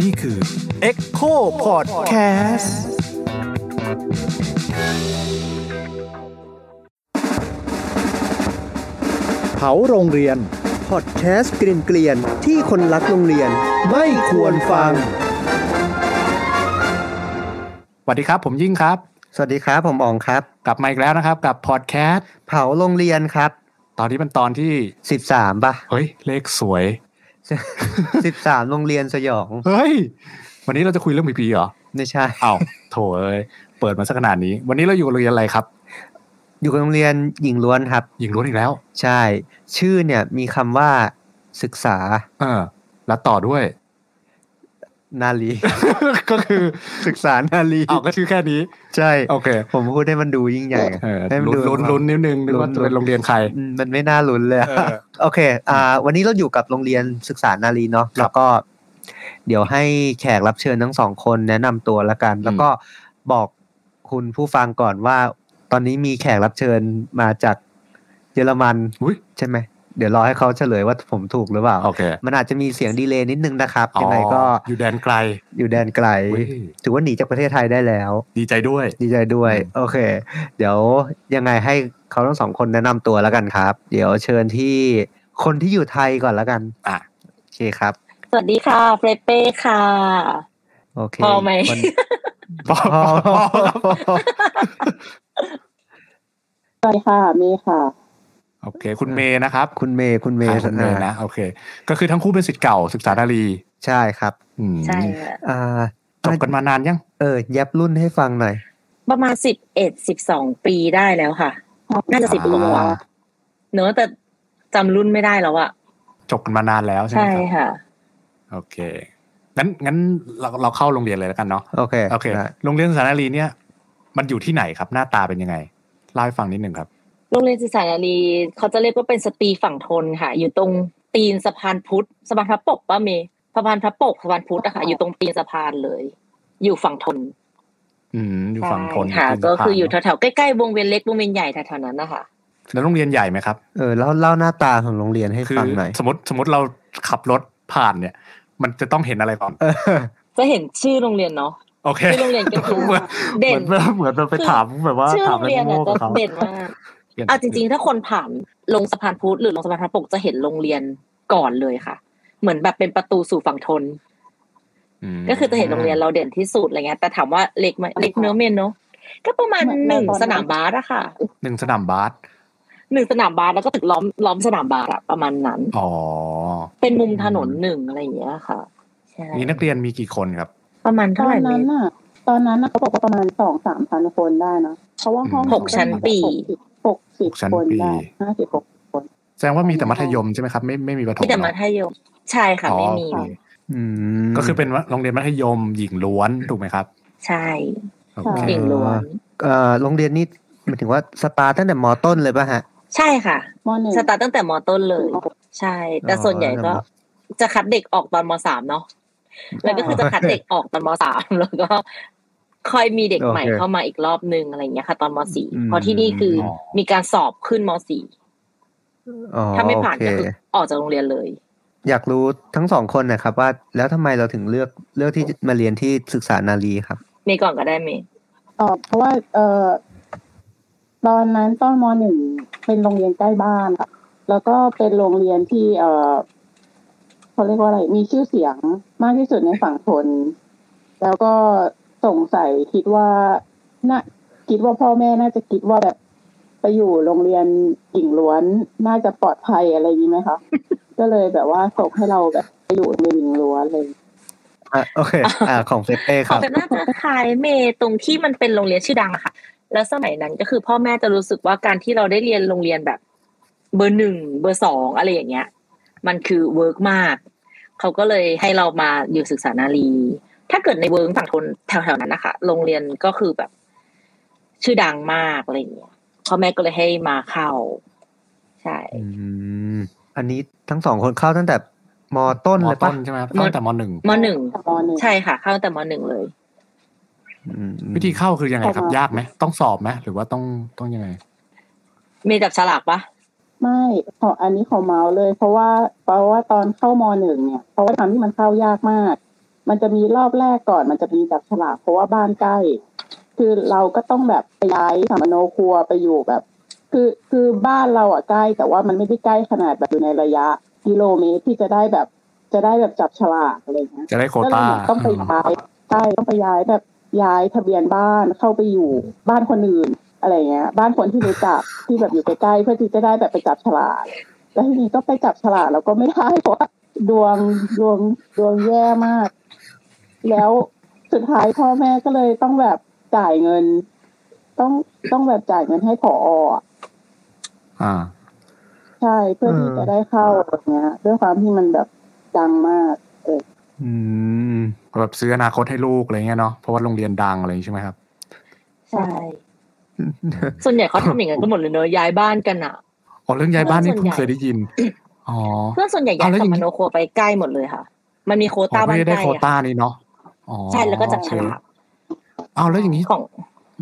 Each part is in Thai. นี่คือ Echo Podcast เผาโรงเรียน พอดแคสต์เกรียนเกลียนๆที่คนรักโรงเรียน ไม่ควรฟัง สวัสดีครับ ผมยิ่งครับ สวัสดีครับ ผมอ๋องครับ กลับมาอีกแล้วนะครับ กับ Podcast เผาโรงเรียนครับ ตอนนี้เป็นตอนที่ 13ป่ะ เฮ้ย เลขสวย 13 โรงเรียนสยอง เฮ้ย วันนี้เราจะคุยเรื่องผีๆเหรอ ไม่ใช่ อ้าว โถเอ้ย เปิดมาสักขนาดนี้ วันนี้เราอยู่กับโรงเรียนอะไรครับ อยู่กับโรงเรียนหญิงล้วนครับ หญิงล้วนอีกแล้ว ใช่ ชื่อเนี่ยมีคำว่าศึกษา เออ แล้วต่อด้วย นาลี ก็คือ ศึกษานาลี อ้าวก็ชื่อแค่นี้ ใช่ โอเค ผมพูดให้มันดูยิ่งใหญ่ เออ ให้มั ลุ้น ดู ลุ้นลุ้นนิดนึงนึกว่าจะเป็นโรงเรียนใคร อืมมันไม่น่าลุ้นเลยอะ เออ โอเค อ่า วันนี้เราอยู่กับโรงเรียนศึกษานารีเนาะ แล้วก็ เดี๋ยวให้แขกรับเชิญทั้งสองคนแนะนำตัวละกัน แล้วก็บอกคุณผู้ฟังก่อนว่า ตอนนี้มีแขกรับเชิญมาจากเยอรมัน อุ๊ย ใช่ไหม เดี๋ยวรอให้เขาเฉลยว่าผมถูกหรือเปล่า โอเค มันอาจจะมีเสียงดีเลย์นิดนึงนะครับ อ๋อ ยังไงก็ อยู่แดนไกล อยู่แดนไกล เว้ย ถือว่าหนีจากประเทศไทยได้แล้ว ดีใจด้วย ดีใจด้วย อืม โอเค เดี๋ยวยังไงให้เขาทั้งสองคนแนะนำตัวแล้วกันครับ เดี๋ยวเชิญที่คนที่อยู่ไทยก่อนแล้วกัน อ่ะ โอเคครับ สวัสดีค่ะเฟรเป้ค่ะ โอเค พอไหม คน พอ พอ พอ ใช่ค่ะมีค่ะ โอเค คุณเมย์นะครับ คุณเมย์คุณเมย์ อ่ะคุณเมย์ อ่า นะโอเค ก็คือทั้งคู่เป็นสิทธิ์เก่าศึกษาดารี ใช่ครับ อืม ใช่ค่ะ อ่า จบกันมานานยัง เออแยบรุ่นให้ฟังหน่อย ประมาณสิบเอ็ดสิบสองปีได้แล้วค่ะ น่าจะสิบ อ่า ปีกว่าเนอะแต่จำรุ่นไม่ได้แล้วอะ จบกันมานานแล้วใช่ไหม ใช่ ครับ ค่ะ โอเคงั้นงั้นเราเราเข้าโรงเรียนเลยแล้วกันเนาะ โอเค โอเค ได้ โรงเรียนศึกษาดารีเนี่ย มันอยู่ที่ไหนครับ หน้าตาเป็นยังไงเล่าให้ฟังนิดหนึ่งครับ โรงเรียนศึกษานารีเขาจะเรียกว่าเป็นสตรีฝั่งทนค่ะ อยู่ตรงตีนสะพานพุทธสะพานพระปกป้าเมย์สะพานพระปกสะพานพุทธอะค่ะอยู่ตรงตีนสะพานเลย อยู่ฝั่งทน อืมอยู่ฝั่งทน ค่ะ เป็นสะพาน ก็คืออยู่ เนะ แถวๆใกล้ๆวงเวียนเล็กวงเวียนใหญ่แถวๆนั้นนะคะ แล้วโรงเรียนใหญ่ไหมครับ เออเล่าเล่าหน้าตาของโรงเรียนให้ คือ ฟังหน่อย สมมติสมมติเราขับรถผ่านเนี่ย มันจะต้องเห็นอะไรก่อน เออ จะเห็นชื่อโรงเรียนเนาะ โอเค ชื่อโรงเรียนก็คือ หมืน เด่น เหมือนเหมือนเราไปถามแบบว่า ชื่อ ถา โร ม งเรียน โง่ อะ ๆ จะ กับเขา เด่นมากอ่ะจริง ๆ ถ้าคนผ่านลงสะพานพุทธหรือลงสะพานพระปกจะเห็นโรงเรียนก่อนเลยค่ะ เหมือนแบบเป็นประตูสู่ฝั่งทน ม ก็คือจะเห็นโรงเรียนเราเด่นที่สุดอะไรเงี้ยแต่ถามว่าเล็กไหมเล็กเนื้อะเมนเนาะก็ประมาณหนึ่งสนามบาสอะค่ะ หนึ่งสนามบาส หนึ่งสนามบาสแล้วก็ตึกล้อมล้อมสนามบาสอะประมาณนั้น อ๋อ เป็นมุมถนนหนึ่งอะไรอย่างเงี้ยค่ะใช่ มีนักเรียนมีกี่คนครับ ประมาณ ต เท่า อ ไห น ร่เม นั้น ตร น่ะ ตอนนั้นน่ะเขาบอกว่าประมาณสองสามพันคนได้นะเพราะว่าห้อง หกชั้นปี หกสิหบกชั้น คน ปี ได้ห้าสิบหก แสดงว่ามีแต่มัธยมใช่ไหมครับ ไม่ไม่มีประถม ที่แต่มั เนอะ ธยมใช่ค่ะ อ๋อ ไม่มี โอเค อืม ก็คือเป็นว่าโรงเรียนมัธยมหญิงล้วนถูกไหมครับ ใช่ โอ ใช่ เค เก่งล้วน เอ่อโรงเรียนนี่หมายถึงว่าสตาร์ทตั้งแต่มต้นเลยป่ะฮะ ใช่ค่ะ มหนึ่ง สตาร์ทตั้งแต่มต้นเลย ใช่ แต่ อ๋อ ส่วนใหญ่ก็ แล้ว จะคัดเด็กออกตอนมสามเนาะแล้วก็คือจะคัดเด็กออกตอนมสาม แล้วก็ค่อยมีเด็กใหม่ โอเค เข้ามาอีกรอบนึงอะไรอย่างเงี้ยค่ะ ตอนมสี่ อืม เพราะที่นี่คืออมีการสอบขึ้นมสี่ อ๋อ ถ้าไม่ผ่าน โอเค ก็คือออกจากโรงเรียนเลย อยากรู้ทั้งสองคนนะครับว่าแล้วทำไมเราถึงเลือกเลือกที่จะมาเรียนที่ศึกษานารีครับ เมย์ก่อนก็ได้เมย์ เอ่อเพราะว่าเอ่อตอนนั้นตอนมหนึ่งเป็นโรงเรียนใกล้บ้านค่ะ แล้วก็เป็นโรงเรียนที่ เอ่อเขาเรียกว่าอะไร มีชื่อเสียงมากที่สุดในฝั่งทน แล้วก็สงสัยคิดว่าน่าคิดว่าพ่อแม่น่าจะคิดว่าแบบไปอยู่โรงเรียนหญิงล้วนน่าจะปลอดภัยอะไรนี้ไหมคะ ก็เลยแบบว่าส่งให้เราแบบไปอยู่โรงเรียนหญิงล้วนเลย อ่ะโอ เค อ่ะของเฟเป้ค ขอ รับ เป็นหน้าตาคล้ายเมย์ตรงที่มันเป็นโรงเรียนชื่อดังอะค่ะ แล้วสมัยนั้นก็คือพ่อแม่จะรู้สึกว่าการที่เราได้เรียนโรงเรียนแบบ เบอร์หนึ่งเบอร์สองอะไรอย่างเงี้ย มันคือเวิร์กมาก เขาก็เลยให้เรามาอยู่ศึกษานารี ถ้าเกิดในเวิร์กฝั่งทนแถวๆนั้นนะคะโรงเรียนก็คือแบบ ชื่อดังมากอะไรอย่างเงี้ยพ่อแม่ก็เลยให้มาเข้า ใช่ อืม อันนี้ทั้งสองคนเข้าตั้งแต่มต้น ม เลย ต้ ปะ นใช่ไหมครับตั้งแต่มหนึ่ง มหนึ่ง มหนึ่ง ใช่ค่ะ เข้าตั้งแต่มหนึ่งเลย อืม วิธีเข้าคือยังไงครับ ม ยากไหมต้องสอบไหมหรือว่าต้องต้องยังไง เมย์จับฉลากปะ ไม่ขออันนี้ขอเมาส์เลย เพราะว่าเพราะว่าตอนเข้ามหนึ่งเนี่ย เพราะว่าตอนที่มันเข้ายากมาก มันจะมีรอบแรกก่อน มันจะมีจับฉลากเพราะว่าบ้านใกล้ คือเราก็ต้องแบบไปย้ายสามโนครัวไปอยู่แบบ คือคือบ้านเราอ่ะใกล้แต่ว่ามันไม่ได้ใกล้ขนาดแบบอยู่ในระยะกิโลเมตรที่จะได้แบบจะได้แบบจับฉลากอะไรอย่างเงี้ย จะได้โคว ก็เล ต้าย ต้องไปย้ายใช่ต้องไปย้ายแบบย้ายทะเบียนบ้านเข้าไปอยู่บ้านคนอื่นอะไรเงี้ย บ้านคนที่รู้จักที่แบบอยู่ใกล้ๆเพื่อที่จะได้แบบไปจับฉลากแล้วทีนี้ก็ไปจับฉลากแล้วก็ไม่ได้ เพราะว่าดวงดวงดวงแย่มาก แล้วสุดท้ายพ่อแม่ก็เลยต้องแบบจ่ายเงิน ต้องต้องแบบจ่ายเงินให้ผออะ อ่า ใช่เพื่อที่จะได้เข้าอะไรเงี้ยด้วยความที่มันแบบดังมาก อืมแบบซื้ออนาคตให้ลูกอะไรเงี้ยเนาะเพราะว่าโรงเรียนดังอะไรอย่างงี้ใช่ไหมครับ ใช่ ส่วนใหญ่เขาทำอย่างนั้นก็หมดเลยเนอะย้ายบ้านกันอ่ะ อ๋อเรื่องย้ายบ้านนี่ ส่วน ผม ใหญ่ เคยได้ยิน อ๋อ เพื่อนส่วนใหญ่ย้า เอา ย แล้ว ส อย่าง ม นี้ โนครัวไปใกล้หมดเลยค่ะ มันมีโคว อ๋ ต้า อ บ้า ไม่ น ได้ ใก ได้ ล้ โคว อะ ต้านี่เนาะอ๋อ ใช่แล้วก็จับฉลาก เอาแล้วอย่างนี้ ของ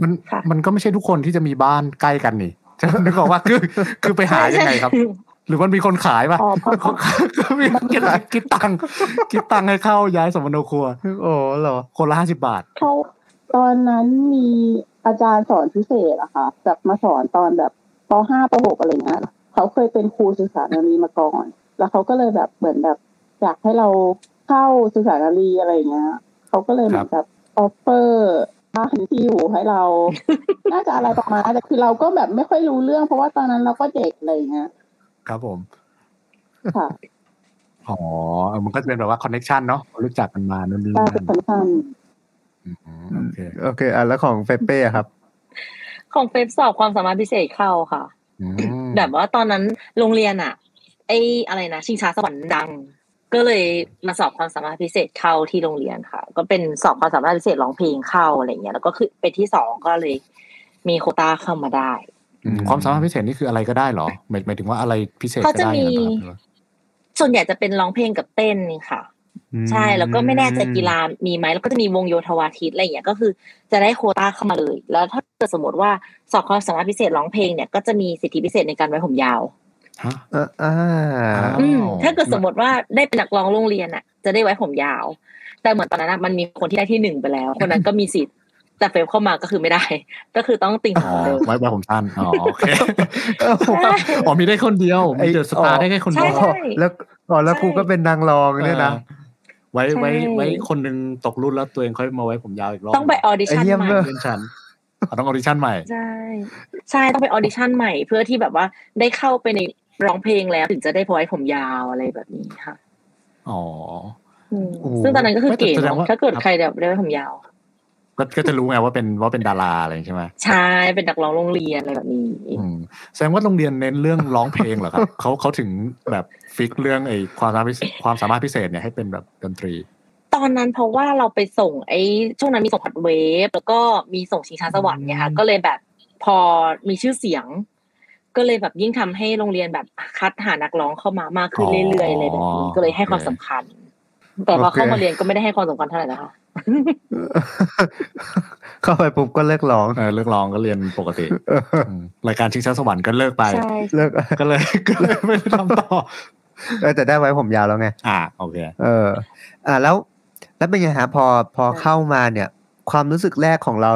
มัน ค่ะ มันก็ไม่ใช่ทุกคนที่จะมีบ้านใกล้กันนี่ จะนึกออกว่าคือคือไปหายังไงครับ หรือมันมีคนขายป่ะ อ๋อเพราะ คนขายก็มีคิด คิดตังค์คิดตังค์ให้เข้าย้ายสมนโนครัว โอ้เหรอ คนละห้าสิบบาท เขาตอนนั้นมีอาจารย์สอนพิเศษอะค่ะแบบมาสอนตอนแบบป .5 ป .6 อะไรเงี้ยเขาเคยเป็นครูสื่อสารนารีมาก่อน แล้วเขาก็เลยแบบเหมือนแบบอยากให้เราเข้าสื่อสารนารีอะไรเงี้ยเขาก็เลยเหมือนแบบออฟเฟอร์บ้านที่อยู่ให้เรา น่าจะอะไรประมาณนั้นแต่คือเราก็แบบไม่ค่อยรู้เรื่อง เพราะว่าตอนนั้นเราก็เด็กอะไรเงี้ย ครับผม ค่ะ อ๋อเออมันก็จะเป็นแบบว่าคอนเน็ชันเนาะรู้จักกันมานู่นนี่ ได้ นั่น เป็นสำคัญ อืมโอเค โอเคอ่ะแล้วของเปเป้อะครับ ของเฟซสอบความสามารถพิเศษเข้าค่ะ อืม แบบว่าตอนนั้นโรงเรียนอะไออะไรนะชิงช้าสวรรค์ดัง ก็เลยมาสอบความสามารถพิเศษเข้าที่โรงเรียนค่ะ ก็เป็นสอบความสามารถพิเศษร้องเพลงเข้าอะไรเงี้ยแล้วก็คือไปที่สองก็เลย มีโควต้าเข้ามาได้ อืมความสามารถพิเศษนี่คืออะไรก็ได้เหรอหมายหมายถึงว่าอะไรพิเศษก็ เขาจะ ได้ มี อย่างนั้นเหรอ ส่วนใหญ่จะเป็นร้องเพลงกับเต้นค่ะ ใช่แล้วก็ไม่แน่ใจกีฬามีไหมแล้วก็จะมีวงโยธวาทิตอะไรอย่างเงี้ยก็คือจะได้โควต้าเข้ามาเลย แล้วถ้าเกิดสมมติว่าสอบความสามารถพิเศษร้องเพลงเนี่ยก็จะมีสิทธิพิเศษในการไว้ผมยาว ฮะ เอออ่า อ้าว อืมถ้าเกิดสมมติว่าได้เป็นนักร้องโรงเรียนอ่ะ จะได้ไว้ผมยาว แต่เหมือนตอนนั้นอะมันมีคนที่ได้ที่หนึ่งไปแล้ว คนนั้นก็มีสิทธิ์แต่เฟลเข้ามาก็คือไม่ได้ ก็คือต้องติ่ง อ๋อ เดิม ไว้ไว้ผมสั้นอ๋อโอเค เอ้า อ๋อมีได้คนเดียวมีเดอะสตา อ๋ ร์ อ ได้แค่คนเดียว ใช่ แล้วอ๋อแล้วครูก็เป็นนางรองเนี่ยนะ ไว้ไว้ ใช่ ไว้คนหนึ่งตกรุ่นแล้วตัวเองค่อยมาไว้ผมยาวอีกรอบ ต้องไปออดิชั่น ไอ้เหี้ย ใหม่ เว้ย เล่นชั้นอ๋อต้องออดิชั่นใหม่ ใช่ใช่ต้องไปออดิชั่นใหม่ เพื่อที่แบบว่าได้เข้าไปในร้องเพลงแล้วถึงจะได้ไว้ผมยาวอะไรแบบนี้ค่ะ อ๋อ อืม โอ้โห ซึ่งตอนนั้นก็คือเก๋ แสดง เนาะ ว่า ถ้าเกิดใครแบบได้ไว้ผมยาว ก็ก็จะรู้ไงว่าเป็นว่าเป็นดาราอะไรใช่ไหม ใช่เป็นนักร้องโรงเรียนอะไรแบบนี้ อืมแสดงว่าโรงเรียนเน้นเรื่องร้องเพลงเหรอครับ เขาเขาถึงแบบฟิกเรื่องไอ้ความสามารถพิเศษความสามารถพิเศษเนี่ยให้เป็นแบบดนตรี ตอนนั้นเพราะว่าเราไปส่งไอ้ช่วงนั้นมีส่งฮัตเวฟแล้วก็มีส่งชิงช้าสวรรค์เนี่ยค่ะก็เลยแบบพอมีชื่อเสียง ก็เลยแบบยิ่งทำให้โรงเรียนแบบคัดหานักร้องเข้ามามากขึ้นเรื่อยๆอะไรแบบนี้ก็เลยให้ความสำคัญ แต่พอเข้ามาเรียนก็ไม่ได้ให้ความสำคัญเท่าไหร่นะคะ เข้าไปปุ๊บก็เลิกร้อง เออเลิกร้องก็เรียนปกติอืมรายการชิงช้าสวรรค์ก็เลิกไป ใช่ เลิก ก็เลยก็เลยไม่ได้ทำต่อ เออแต่ได้ไว้ผมยาวแล้วไง อ่าโอเค เออ อ่าแล้ว แล้วเป็นไงฮะพอพอเข้ามาเนี่ย ความรู้สึกแรกของเรา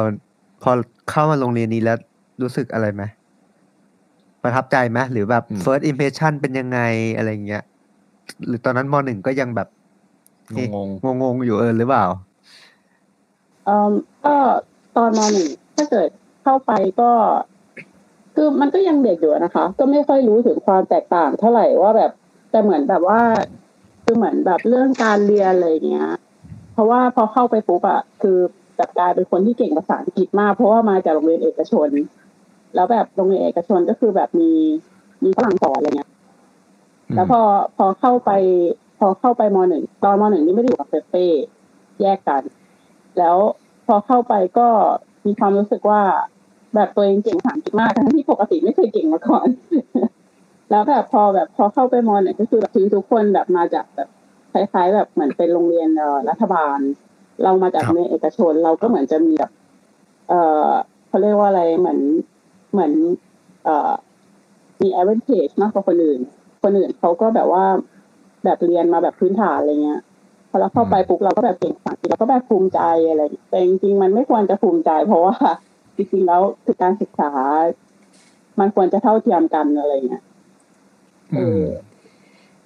พอเข้ามาโรงเรียนนี้แล้วรู้สึกอะไรไหมประทับใจไหมหรือแบบ อืม first impression เป็นยังไงอะไรอย่างเงี้ยหรือตอนนั้นมหนึ่งก็ยังแบบ งงง งงๆอยู่เออหรือเปล่า เอ่อก็ตอนมหนึ่งถ้าเกิดเข้าไปก็ คือมันก็ยังเด็กอยู่นะคะ ก็ไม่ค่อยรู้ถึงความแตกต่างเท่าไหร่ว่าแบบแต่เหมือนแบบว่า คือเหมือนแบบเรื่องการเรียนอะไรอย่างเงี้ย เพราะว่าพอเข้าไปปุ๊บอะคือแบบกลายเป็นคนที่เก่งภาษาอังกฤษมาก เพราะว่ามาจากโรงเรียนเอกชน แล้วแบบโรงเรียนเอกชนก็คือแบบมีมีฝรั่งสอนอะไรเงี้ย ม แล้วพอพอเข้าไป พอเข้าไปมหนึ่งตอนมหนึ่งนี่ไม่ได้อยู่กับเปเป้แยกกัน แล้วพอเข้าไปก็มีความรู้สึกว่า แบบตัวเองเก่งภาษาอังกฤษมากทั้งที่ปกติไม่เคยเก่งมาก่อน แล้วแบบพอแบบพอเข้าไปมหนึ่งก็คือแบบคือทุกคนแบบมาจากแบบคล้ายๆ แบบเหมือนเป็นโรงเรียนเอ่อรัฐบาล เรามาจากในเอกชนเราก็เหมือนจะมีแบบเออเขาเรียกว่าอะไรเหมือนเหมือน เอ่อ มีแอเวนเทจมากกว่าคนอื่น คนอื่นเขาก็แบบว่าแบบเรียนมาแบบพื้นฐานอะไรเงี้ย พอเราเข้าไปปุ๊บเราก็แบบเก่งภาษาอังกฤษเราก็แบบภูมิใจอะไรอย่างเงี้ยแต่จริงๆมันไม่ควรจะภูมิใจ เพราะว่า จริงๆแล้วคือการศึกษา มันควรจะเท่าเทียมกันอะไรเงี้ย อืม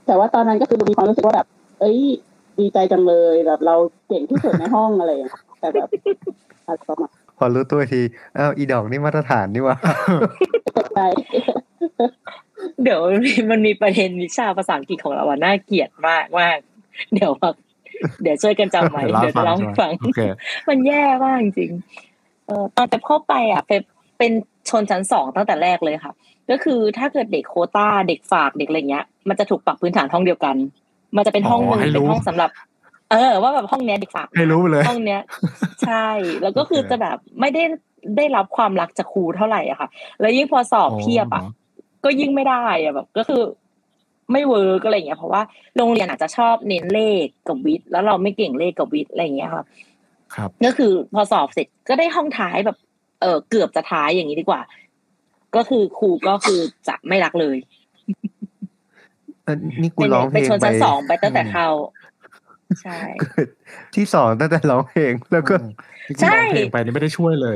แต่ว่าตอนนั้นก็คือมีความรู้สึกว่าแบบ เอ้ย ดีใจจังเลยแบบเราเก่งที่สุดในห้องอะไรอย่างเงี้ยแต่แบบอะไรประมาณ พอรู้ตัวทีอ้าวอีดอกนี่มาตรฐาน นี่หวะ ตกใจ เดี๋ยวมันมีประเด็นวิชาภาษาอังกฤษของเราอะน่าเกลียดมากมากเดี๋ยวแบบเดี๋ยวช่วยกัน จำไว้ เดี๋ยวจะเล่าให้ฟัง โอเค มันแย่มากจริงๆเออตอนแต่เข้าไปอ่ะเป็นเป็นชนชั้นสองตั้งแต่แรกเลยค่ะ ก็คือถ้าเกิดเด็กโควต้าเด็กฝากเด็กอะไรเงี้ย มันจะถูกปรับพื้นฐานห้องเดียวกัน มันจะเป็นห้องหนึ่ง อ๋อให้รู้ เป็นห้องสำหรับ เออ ว่าแบบห้องเนี้ยเด็กฝาก ให้รู้ไปเลย ห้องเนี้ย ใช่ แล้วก็คือ โอเค จะแบบไม่ได้ได้รับความรักจากครูเท่าไหร่อะค่ะ แล้วยิ่งพอสอบเทียบอะก็ยิ่งไม่ได้อะแบบ ก็คือไม่เวิร์กอะไรอย่างเงี้ยเพราะว่าโรงเรียนอาจจะชอบเน้นเลขกับวิทย์แล้วเราไม่เก่งเลขกับวิทย์อะไรอย่างเงี้ยค่ะ ครับ ก็คือพอสอบเสร็จก็ได้ห้องท้ายแบบ เออเกือบจะท้ายอย่างนี้ดีกว่า ก็คือครูก็คือจะไม่รักเลย เออนี่กูร้องเพล เป็น ง ชน ไป ชั้นสองไปตั้งแต่เข้าใช่ ที่สองตั้งแต่ร้องเพลงแล้วก็ จริงๆ ใช่ ลองเพลงไปนี่ไม่ได้ช่วยเลย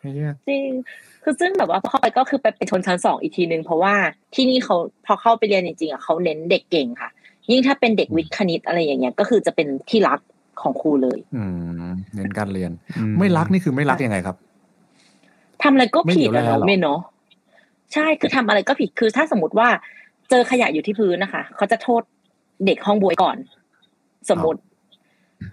ไอ้เหี้ย จริงคือซึ่งแบบว่าพอเข้าไปก็คือไปเป็นชนชั้นสองอีกทีนึงเพราะว่าที่นี่เขาพอเข้าไปเรียนจริงๆอ่ะเขาเน้นเด็กเก่งค่ะ ยิ่งถ้าเป็นเด็กวิทย์คณิตอะไรอย่างเงี้ยก็คือจะเป็นที่รักของครูเลย อืมเน้นการเรียน ไม่รักนี่คือไม่รักยังไงครับ ทำอะไรก็ผิด ไม่ อะ เหลียวเนาะแลหรอ เมย์เนาะใช่คือทำอะไรก็ผิดคือถ้าสมมติว่าเจอขยะอยู่ที่พื้นนะคะเขาจะโทษเด็กห้องบวยก่อน สมมติ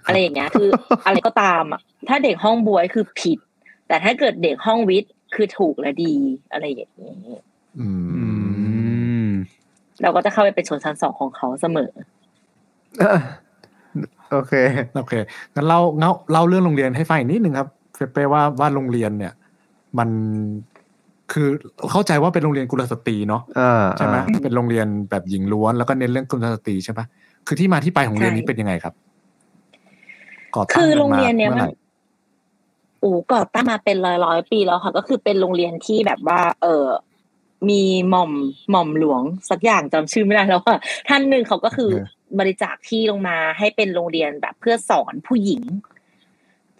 อะไรอย่างเงี้ย คือ อะไรก็ตามอ่ะถ้าเด็กห้องบวยคือผิด แต่ถ้าเกิดเด็กห้องวิทย์คือถูกและดีอะไรอย่างเงี้ย อื อื ม ม เราก็จะเข้าไปเป็นชนชั้นสองของเขาเสมอ เอ่อโอเค โอเคงั้นเล่าเงาเล่าเรื่องโรงเรียนให้ฟังอีกนิดนึงครับเฟเป้ว่าว่าโรงเรียนเนี่ย มันคือเข้าใจว่าเป็นโรงเรียนกุลสตรีเนาะ อ่า ใช่ไหม อ่า เป็นโรงเรียนแบบหญิงล้วนแล้วก็เน้นเรื่องกุลสตรีใช่ปะคือที่มาที่ไปของเรื่องนี้เป็นยังไงครับตั้ คือ กั โรงเรียนเนี้ย มื่ มั อน ไหร่ โอ้ก่อตั้งมาเป็นร้อยร้อยๆปีแล้วค่ะ ก็คือเป็นโรงเรียนที่แบบว่า เออมีหม่อมหม่อมหลวงสักอย่างจำชื่อไม่ได้แล้วว่าท่านหนึ่งเขาก็คือบริจาคที่ลงมาให้เป็นโรงเรียนแบบเพื่อสอนผู้หญิง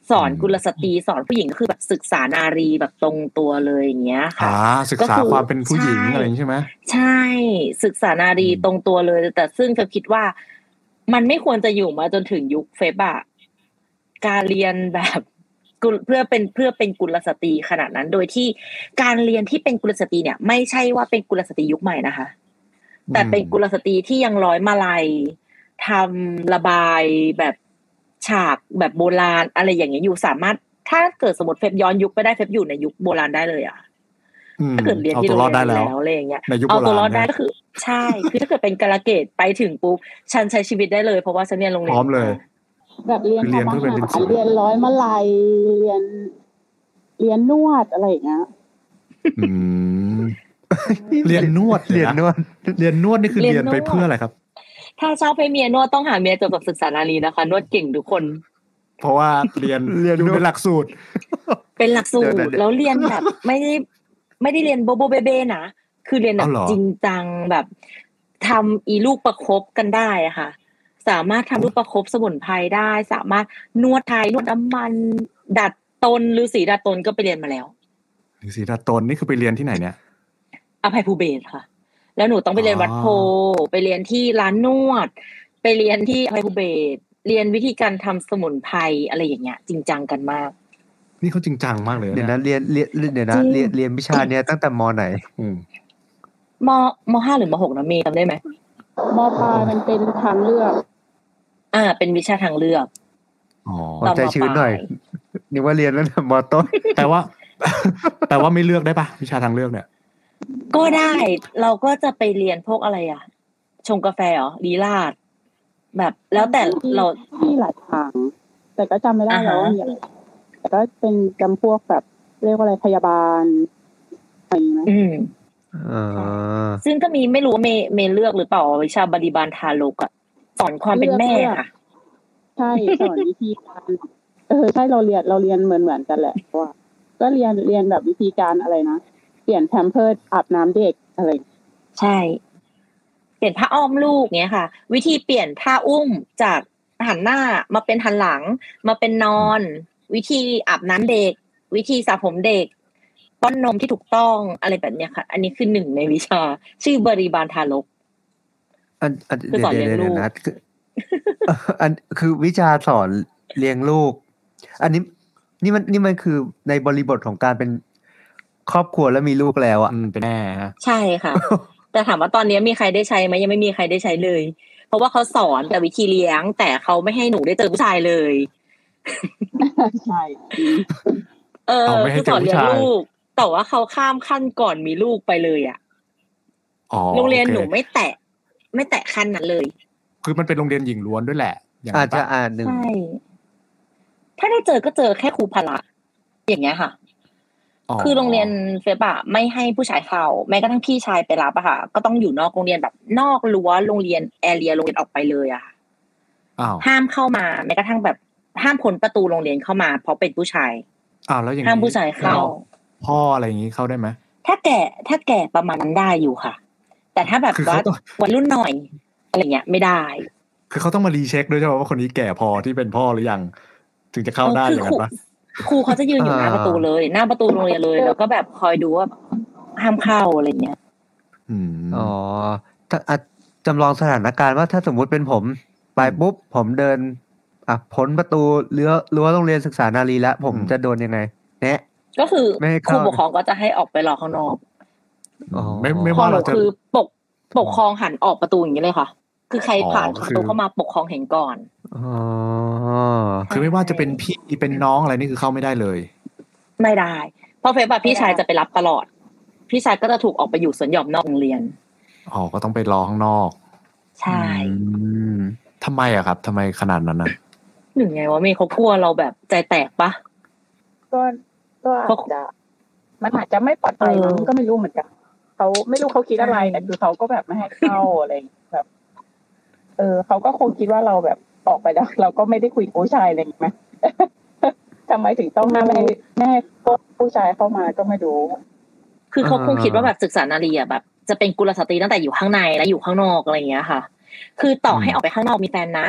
สอนกุลสตรีสอนผู้หญิงก็คือแบบศึกษานารีแบบตรงตัวเลยอย่างเงี้ยค่ะ อ่าศึกษา ก็คือ ความเป็นผู้หญิง ใช่ อะไรอย่างนี้ใช่ไหม ใช่ศึกษานารี อืม ตรงตัวเลย แต่ซึ่งเฟบคิดว่า มันไม่ควรจะอยู่มาจนถึงยุคเฟบอะการเรียนแบบกุลเพื่อเป็นเพื่อเป็นกุลสตรีขนาดนั้น โดยที่การเรียนที่เป็นกุลสตรีเนี่ย ไม่ใช่ว่าเป็นกุลสตรียุคใหม่นะคะ แต่เป็นกุลสตรีที่ยังร้อยมาลัยทำระบายแบบฉากแบบโบราณ อะไรอย่างเงี้ยอยู่สามารถ ถ้าเกิดสมมติเฟบย้อนยุคไปได้เฟบอยู่ในยุคโบราณได้เลยอะ อืม ถ้าเกิดเรียน เอา ที่ ตั โรงวรอ เรียนอดได้ยู่ แล้ว แล้วอะไรอย่างเงี้ย ในยุค เอา โบ ตัวร รา อ ณ ดได้ก็คือ ใช่ คือถ้าเกิดเป็นกาลเกตไปถึงปุ๊บฉันใช้ชีวิตได้เลย เพราะว่าฉันเรียนโรงเรี พ ยน ร้อมเลย แบบเรียน คือเรียนเพื่อทำอาเป็น หาร ศิลป์ เรียนร้อยมาลัยเรียน เรียนนวดอะไรอย่างเงี้ย อืม เรียนนวด เรียนนวด เรียนนวดนี่คือเรียนไปเพื่ออะไรครับ ถ้าชอบให้เมียนวดต้องหาเมียจบจากศึกษานารีนะคะ นวดเก่งทุกคน เพราะว่า เรียน เรียนนวด เป็นหลักสูตร เป็นหลักสูตร เดี๋ยวเดี๋ยว แล้วเรียนแบบ ไม่ได้ไม่ได้เรียนโบโบเบเบนะคือเรียนแบบอ๋อเหรอ จริงจังแบบทำอีลูกประคบกันได้อะค่ะ สามารถทำลูกประคบสมุนไพรได้ สามารถนวดไทยนวดน้ำมัน ดัดตนหรือสีดัดตนก็ไปเรียนมาแล้ว หรือศรีดาตนนี่คือไปเรียนที่ไหนเนี่ย อภัยภูเบศรค่ะ แล้วหนูต้องไปเรียนวัดโพธิ์ไปเรียนที่ร้านนวด ไปเรียนที่อภัยภูเบศรเรียนวิธีการทำสมุนไพรอะไรอย่างเงี้ย จริงจังกันมาก นี่เขาจริงจังมากเลย เดี๋ยวนะ นะ เรียนเรียนเดี๋ยวนะ จริง เรียนเรียนวิชาเนี้ยตั้งแต่มไหน อืม มมห้าหรือมหกนะเมย์จำได้ไหม มปลายมันเป็นทางเลือก อ่า เป็นวิชาทางเลือก อ๋อ ขอใจชื้นหน่อย ต่อม นึกว่าเรียนตั้งแต่มต้น แต่ว่า แต่ว่าไม่เลือกได้ปะวิชาทางเลือกเนี่ย ก็ได้เราก็จะไปเรียนพวกอะไรอ่ะ ชงกาแฟเหรอลีลาดแบบแล้วแต่เรา ที่หลายทาง แต่ก็จำไม่ได้ อ่าฮะ แล้วว่ามีอะไรแต่ก็เป็นจำพวกแบบเรียกว่าอะไรพยาบาลอะไรอย่างเงี้ย อืม อ่า ซึ่งก็มีไม่รู้ว่าเมย์เมย์เลือกหรือเปล่าวิชาบริบาลทารกอะสอนความเป็นแม่ค่ะ ใช่สอนวิธีการเออใช่เราเรียนเราเรียนเหมือนเหมือนๆกันแหละเพราะว่า ก็เรียนเรียนแบบวิธีการอะไรนะเปลี่ยนแพมเพิร์ดอาบน้ำเด็กอะไรอย่างเงี้ย ใช่ เปลี่ยนผ้าอ้อมลูกเงี้ยค่ะ วิธีเปลี่ยนผ้าอุ้มจากหันหน้ามาเป็นหันหลัง มาเป็นนอน วิธีอาบน้ำเด็ก วิธีสระผมเด็ก ป้อนนมที่ถูกต้องอะไรแบบเนี้ยค่ะ อันนี้คือหนึ่งในวิชา ชื่อบริบาลทารก อันอัน คือ เดี๋ย สอ วน เดี๋ยว เลี้ยงลูเดี๋ยวก นะคือ อันคือวิชาสอนเลี้ยงลูก อันนี้นี่มันนี่มันคือในบริบทของการเป็นครอบครัวแล้วมีลูกแล้วอ่ะ อืมเป็นแม่ฮะ ใช่ ค่ะ แต่ถามว่าตอนนี้มีใครได้ใช้ไหมยังไม่มีใครได้ใช้เลย เพราะว่าเขาสอนแต่วิธีเลี้ยง แต่เขาไม่ให้หนูได้เจอผู้ชายเลย ใช่ เออ เอาไม่ให้ คือ เจ สอ อน ผู้ เลี้ยง ชาย ลูก แต่ว่าเขาข้ามขั้นก่อนมีลูกไปเลยอ่ะ อ๋อ โรงเรียน โอค หนูไม่แตะ ไม่แตะขั้นนั้นเลย คือมันเป็นโรงเรียนหญิงล้วนด้วยแหละอย่าง อา นั้ จ น จะ ปะ อ่านหนึ่ง ใช่ ถ้าได้เจอก็เจอแค่ครูพละอย่างเงี้ยค่ะ คือโรงเรียนเฟบอะไม่ให้ผู้ชายเข้าแม้กระทั่งพี่ชายไปรับอะค่ะ ก็ต้องอยู่นอกโรงเรียนแบบ นอกรั้วโรงเรียนแอเรียโรงเรียนออกไปเลยอะค่ะ อ้าว ห้ามเข้ามาแม้กระทั่งแบบห้ามพ้นประตูโรงเรียนเข้ามา เพราะเป็นผู้ชาย อ้าวแล้วอย่างนี้ ห้ามผู้ชายเข้า พ่ออะไรอย่างนี้เข้าได้ไหม ถ้าแก่ถ้าแก่ประมาณนั้นได้อยู่ค่ะ แต่ถ้าแบบ คือ ว่า เขาต้อง วัยรุ่นหน่อยอะไรเงี้ยไม่ได้ คือเขาต้องมารีเช็คด้วยใช่ไหมว่าคนนี้แก่พอที่เป็นพ่อหรือยัง ถึงจะเข้าได้ เออคื อย่าง ครู นั้นปะ ครูเขาจะยืนอยู่หน้าประตูเลย หน้าประตูโรงเรียนเลย แล้วก็แบบคอยดูว่าห้ามเข้าอะไรเงี้ย อืม อ๋อถ้าอ่ะจำลองสถานการณ์ว่าถ้าสมมุติเป็นผม ไปปุ๊บ ผมเดิน อ่ะพ้นประตูเลื้อรั้วโรงเรียนศึกษานารีแล้ว ผม อืม จะโดนยังไงแนะ ก็คือ ไม่ให้ ครู เข้า ปกครองก็จะให้ออกไปรอข้างนอก อ๋อ ไม่ไม่ พ่อ ว่า หนู เราจะ คือปกปกครองหันออกประตูอย่างนี้เลยค่ะ คือใคร อ๋อ ผ่าน ก็ ประ คือ ตูเข้ามาปกครองเห็นก่อน อ๋อ คือไม่ว่าจะเป็นพี่เป็นน้องอะไรนี่คือเข้าไม่ได้เลย ไม่ได้ เพราะเฟซบุ๊กพี่ชายจะไปรับตลอด พี่ชายก็จะถูกออกไปอยู่สวนหย่อมนอกโรงเรียน อ๋อก็ต้องไปรอข้างนอก ใช่ อืมทำไมอะครับทำไมขนาดนั้นอะ หนึ่งไงว่าเมย์เขากลัวเราแบบใจแตกปะ ก็ก็อาจจะมันอาจจะไม่ปลอดภัยมั้ง เออ ก็ไม่รู้เหมือนกันเขาไม่รู้เขาคิดอะไรแต่คือเขาก็แบบไม่ให้เข้า อะไรอย่างเงี้ยแบบ เออเขาก็คงคิดว่าเราแบบออกไปแล้ว เราก็ไม่ได้คุยกับผู้ชายอะไรอย่างเงี้ยไหม ทำไมถึงต้องไม่ให้ไม่ให้พวกผู้ชายเข้ามาก็ไม่รู้ คือเขา อ่า คงคิดว่าแบบศึกษานารีอะแบบ จะเป็นกุลสตรีตั้งแต่อยู่ข้างในและอยู่ข้างนอกอะไรอย่างเงี้ยค่ะ คือต่อให้ออกไปข้างนอกมีแฟนนะ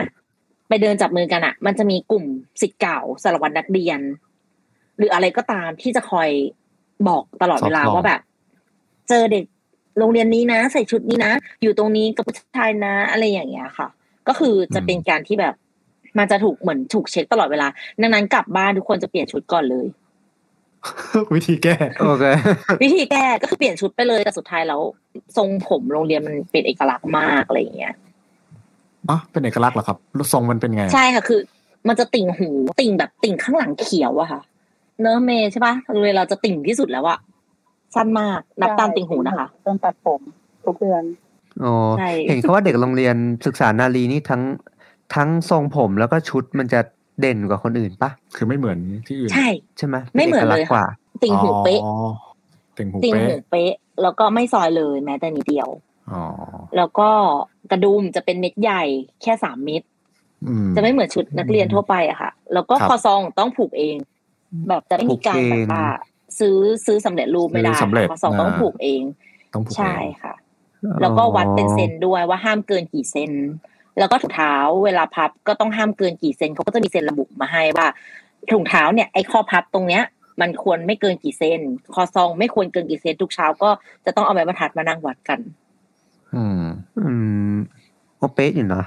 ไปเดินจับมือกันอะมันจะมีกลุ่มสิทธิ์เก่าสารวัตรนักเรียน หรืออะไรก็ตามที่จะคอยบอกตลอดเวลาว่าแบบ เจอเด็กโรงเรียนนี้นะ ใส่ชุดนี้นะอยู่ตรงนี้กับผู้ชายนะ อะไรอย่างเงี้ยค่ะ ก็คือจะเป็นการที่แบบ มันจะถูกเหมือนถูกเช็คตลอดเวลาดังนั้นกลับบ้านทุกคนจะเปลี่ยนชุดก่อนเลย วิธีแก้ โอเค วิธีแก้ก็คือเปลี่ยนชุดไปเลยแต่สุดท้ายแล้วทรงผมโรงเรียนมันเป็นเอกลักษณ์มากอะไรอย่างเงี้ย อ๋อเป็นเอกลักษณ์เหรอครับรูปทรงมันเป็นไงอะ ใช่ค่ะคือ มันจะติ่งหูติ่งแบบติ่งข้างหลังเขียวอะค่ะ เนอะเมย์ใช่ปะโรงเรียนเราจะติ่งที่สุดแล้วอะสั้นมากนับตามติ่งหูนะคะ จนตัดผมทุกเดือน อ๋อ ใช่ เห็นเขาว่าเด็กโรงเรียนศึกษานารีนี่ทั้งทั้งทรงผมแล้วก็ชุดมันจะเด่นกว่าคนอื่นปะ คือไม่เหมือนที่อื่น ใช่ ใช่ไหม ไม่เหมือนเลย ป็กกษณ์กว่า ติ่งหูเป๊ะ อ๋อติ่งหู ติ่ง เป๊ะ หูเป๊ะ แล้วก็ไม่ซอยเลยแม้แต่นิดเดียว อ๋อ แล้วก็กระดุมจะเป็นเม็ดใหญ่แค่สามเม็ด อืม จะไม่เหมือนชุดนักเรียนทั่วไปอะค่ะ แล้วก็ ครับ คอซองต้องผูกเอง แบบจะไม่มีการ ผูกเอง แบบว่าซื้อซื้อสำเร็จรูปไม่ได้ ซื้อสำเร็จ คอซอง อ่า ต้องผูกเอง ต้องผูกเอง ใช่ค่ะ แล้วก็วัดเป็นเซนด้วยว่าห้ามเกินกี่เซน แล้วก็ถุงเท้าเวลาพับก็ต้องห้ามเกินกี่เซนเขาก็จะมีเซนระบุมาให้ว่าถุงเท้าเนี่ยไอ้ข้อพับตรงเนี้ย มันควรไม่เกินกี่เซน คอซองไม่ควรเกินกี่เซนทุกเช้าก็จะต้องเอาใบบรรทัดมานั่งวัดกัน อืม อืมโอเป๊ะอยู่นะ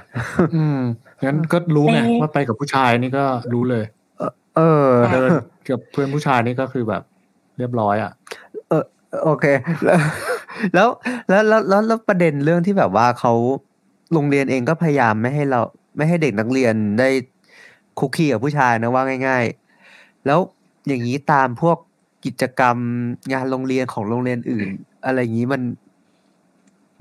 อืมงั้นก็รู้ไง เป๊ะ ว่าไปกับผู้ชายนี่ก็รู้เลย เออ เดินกับเพื่อนผู้ชายนี่ก็คือแบบเรียบร้อยอ่ะ โอเค แล้ว แล้วแล้วแล้วแล้วประเด็นเรื่องที่แบบว่าเขาโรงเรียนเองก็พยายามไม่ให้เรา ไม่ให้เด็กนักเรียนได้คุกคีกับผู้ชายนะว่าง่าย ๆ แล้วอย่างนี้ตามพวกกิจกรรมงานโรงเรียนของโรงเรียนอื่น อะไรอย่างนี้มัน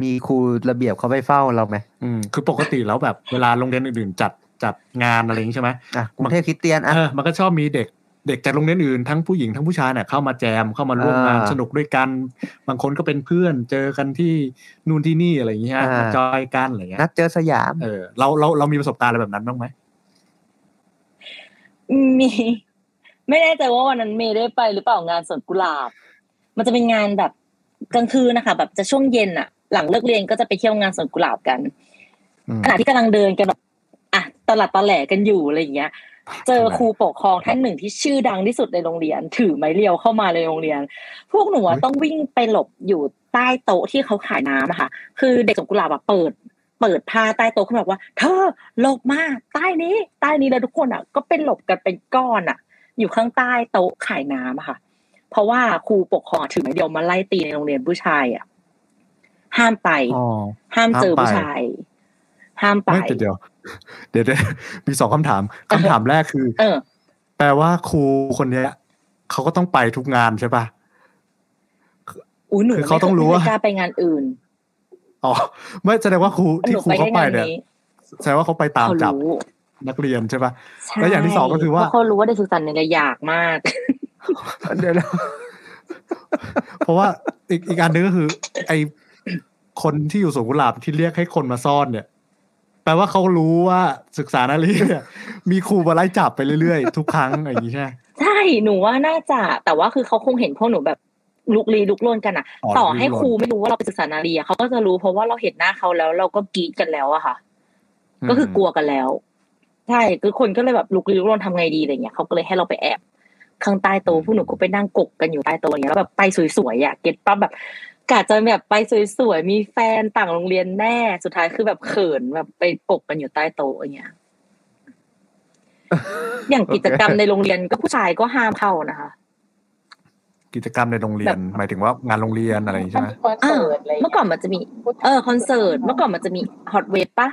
มีครูระเบียบเขาไปเฝ้าเราไหม อืมคือปกติแล้วแบบเวลาโรงเรียนอื่นๆจัดจัดงานอะไรอย่างนี้ใช่ไหม อ่ะกรุงเทพคริสเตียนอ่ะ เออมันก็ชอบมีเด็กเด็กจากโรงเรียนอื่นทั้งผู้หญิงทั้งผู้ชายเนี่ยเข้ามาแจมเข้ามาร่วมงาน อ่า สนุกด้วยกัน บางคนก็เป็นเพื่อนเจอกันที่นู่นที่นี่อะไรอย่างเงี้ย อ่าม มาจอยกันอะไรเงี้ย นัดเจอสยาม เออเราเราเรามีประสบการณ์อะไรแบบนั้นบ้างไหม มี ไม่แน่ใจว่าวันนั้นเมย์ได้ไปหรือเปล่างานสวนกุหลาบ มันจะเป็นงานแบบกลางคืนนะคะ แบบจะช่วงเย็นอะ หลังเลิกเรียนก็จะไปเที่ยวงานสวนกุหลาบกัน อืม ขณะที่กำลังเดินกันแบบอ่ะตลัดตะแหลกันอยู่อะไรอย่างเงี้ย เจอครูปกครองท่านหนึ่งที่ชื่อดังที่สุดในโรงเรียน ถือไม้เรียวเข้ามาในโรงเรียน พวกหนูอะต้องวิ่งไปหลบอยู่ใต้โต๊ะที่เขาขายน้ำอะค่ะ คือเด็กสวนกุหลาบอะเปิด เปิดผ้าใต้โต๊ะขึ้นมาบอกว่า เธอหลบมาใต้นี้ ใต้นี้แล้วทุกคนอ่ะ ก็เป็นหลบกันเป็นก้อนอ่ะ อยู่ข้างใต้โต๊ะขายน้ำอะค่ะ เพราะว่าครูปกครองถือไม้เดียวมาไล่ตีในโรงเรียนผู้ชายอ่ะห้ามไป อ๋อ ห้ามเจอผู้ชาย ห้ามไป ไม่แต่เดี๋ยว เดี๋ยวเดี๋ยวมีสองคำถามคำถามแรกคือ เออ แปลว่าครูคนเนี้ยเขาก็ต้องไปทุกงานใช่ปะ อุ้ยหนู คือเขาต้องรู้ว่า ไม่เคยกล้าไปงานอื่น อ๋อไม่แสดงว่าครู ห ที่ นู ครู ไป เขา แค่ ไป งาน เนี่ย นี้ แสดงว่าเขาไปตาม เขา จับ รู้ นักเรียนใช่ปะ ใช่ แล้วอย่างที่สองก็คือว่า เพระเขารู้ว่าเด็กศึกษาเนี่ยอยากมาก เดี๋ยวนะ เพราะว่าอีกอีกอันหนึงก็คือ ไอคนที่อยู่สวนกุหลาบที่เรียกให้คนมาซ่อนเนี่ย แปลว่าเขารู้ว่าศึกษานารีเนี่ยมีครูมาไล่จับไปเรื่อยๆ ทุกครั้งอย่างนี้ใช่ไหม ใช่หนูว่าน่าจะ แต่ว่าคือเขาคงเห็นพวกหนูแบบลุกลี้ลุกลนกันอะ อ๋อ ต่อให้ ลุกลี้ลุครูกลนไม่รู้ว่าเราเป็นศึกษานารีอะเขาก็จะรู้เพราะว่าเราเห็นหน้าเขาแล้ว เราก็กรีดกันแล้วอะค่ะ ก็คือกลัวกันแล้ว ใช่คือคนก็เลยแบบลุกลี้ลุกลนทำไงดีอะไรเงี้ยเขาก็เลยให้เราไปแอบข้างใต้โต๊ะพวกหนูก็ไปนั่งกกกันอยู่ใต้โต๊ะอย่างเงี้ยแล้วแบบไปสวยๆอ่ะเก็ตปั๊บแบบกะจะแบบไปสวยๆมีแฟนต่างโรงเรียนแน่สุดท้ายคือแบบเขินแบบไปกกกันอยู่ใต้โต๊ะอย่างเงี้ย อย่างกิจกรรมในโรงเรียนก็ผู้ชายก็ห้ามเข้านะคะ กิจกรรมในโรงเรียน หมายถึงว่างานโรงเรียนอะไรอย่างนี้ใช่ไหม คอนเสิร์ตอะไรย่างงี้ย เมื่อก่อนมันจะมี เออคอนเสิร์ตเมื่อก่อนมันจะมีฮอตเวฟปะ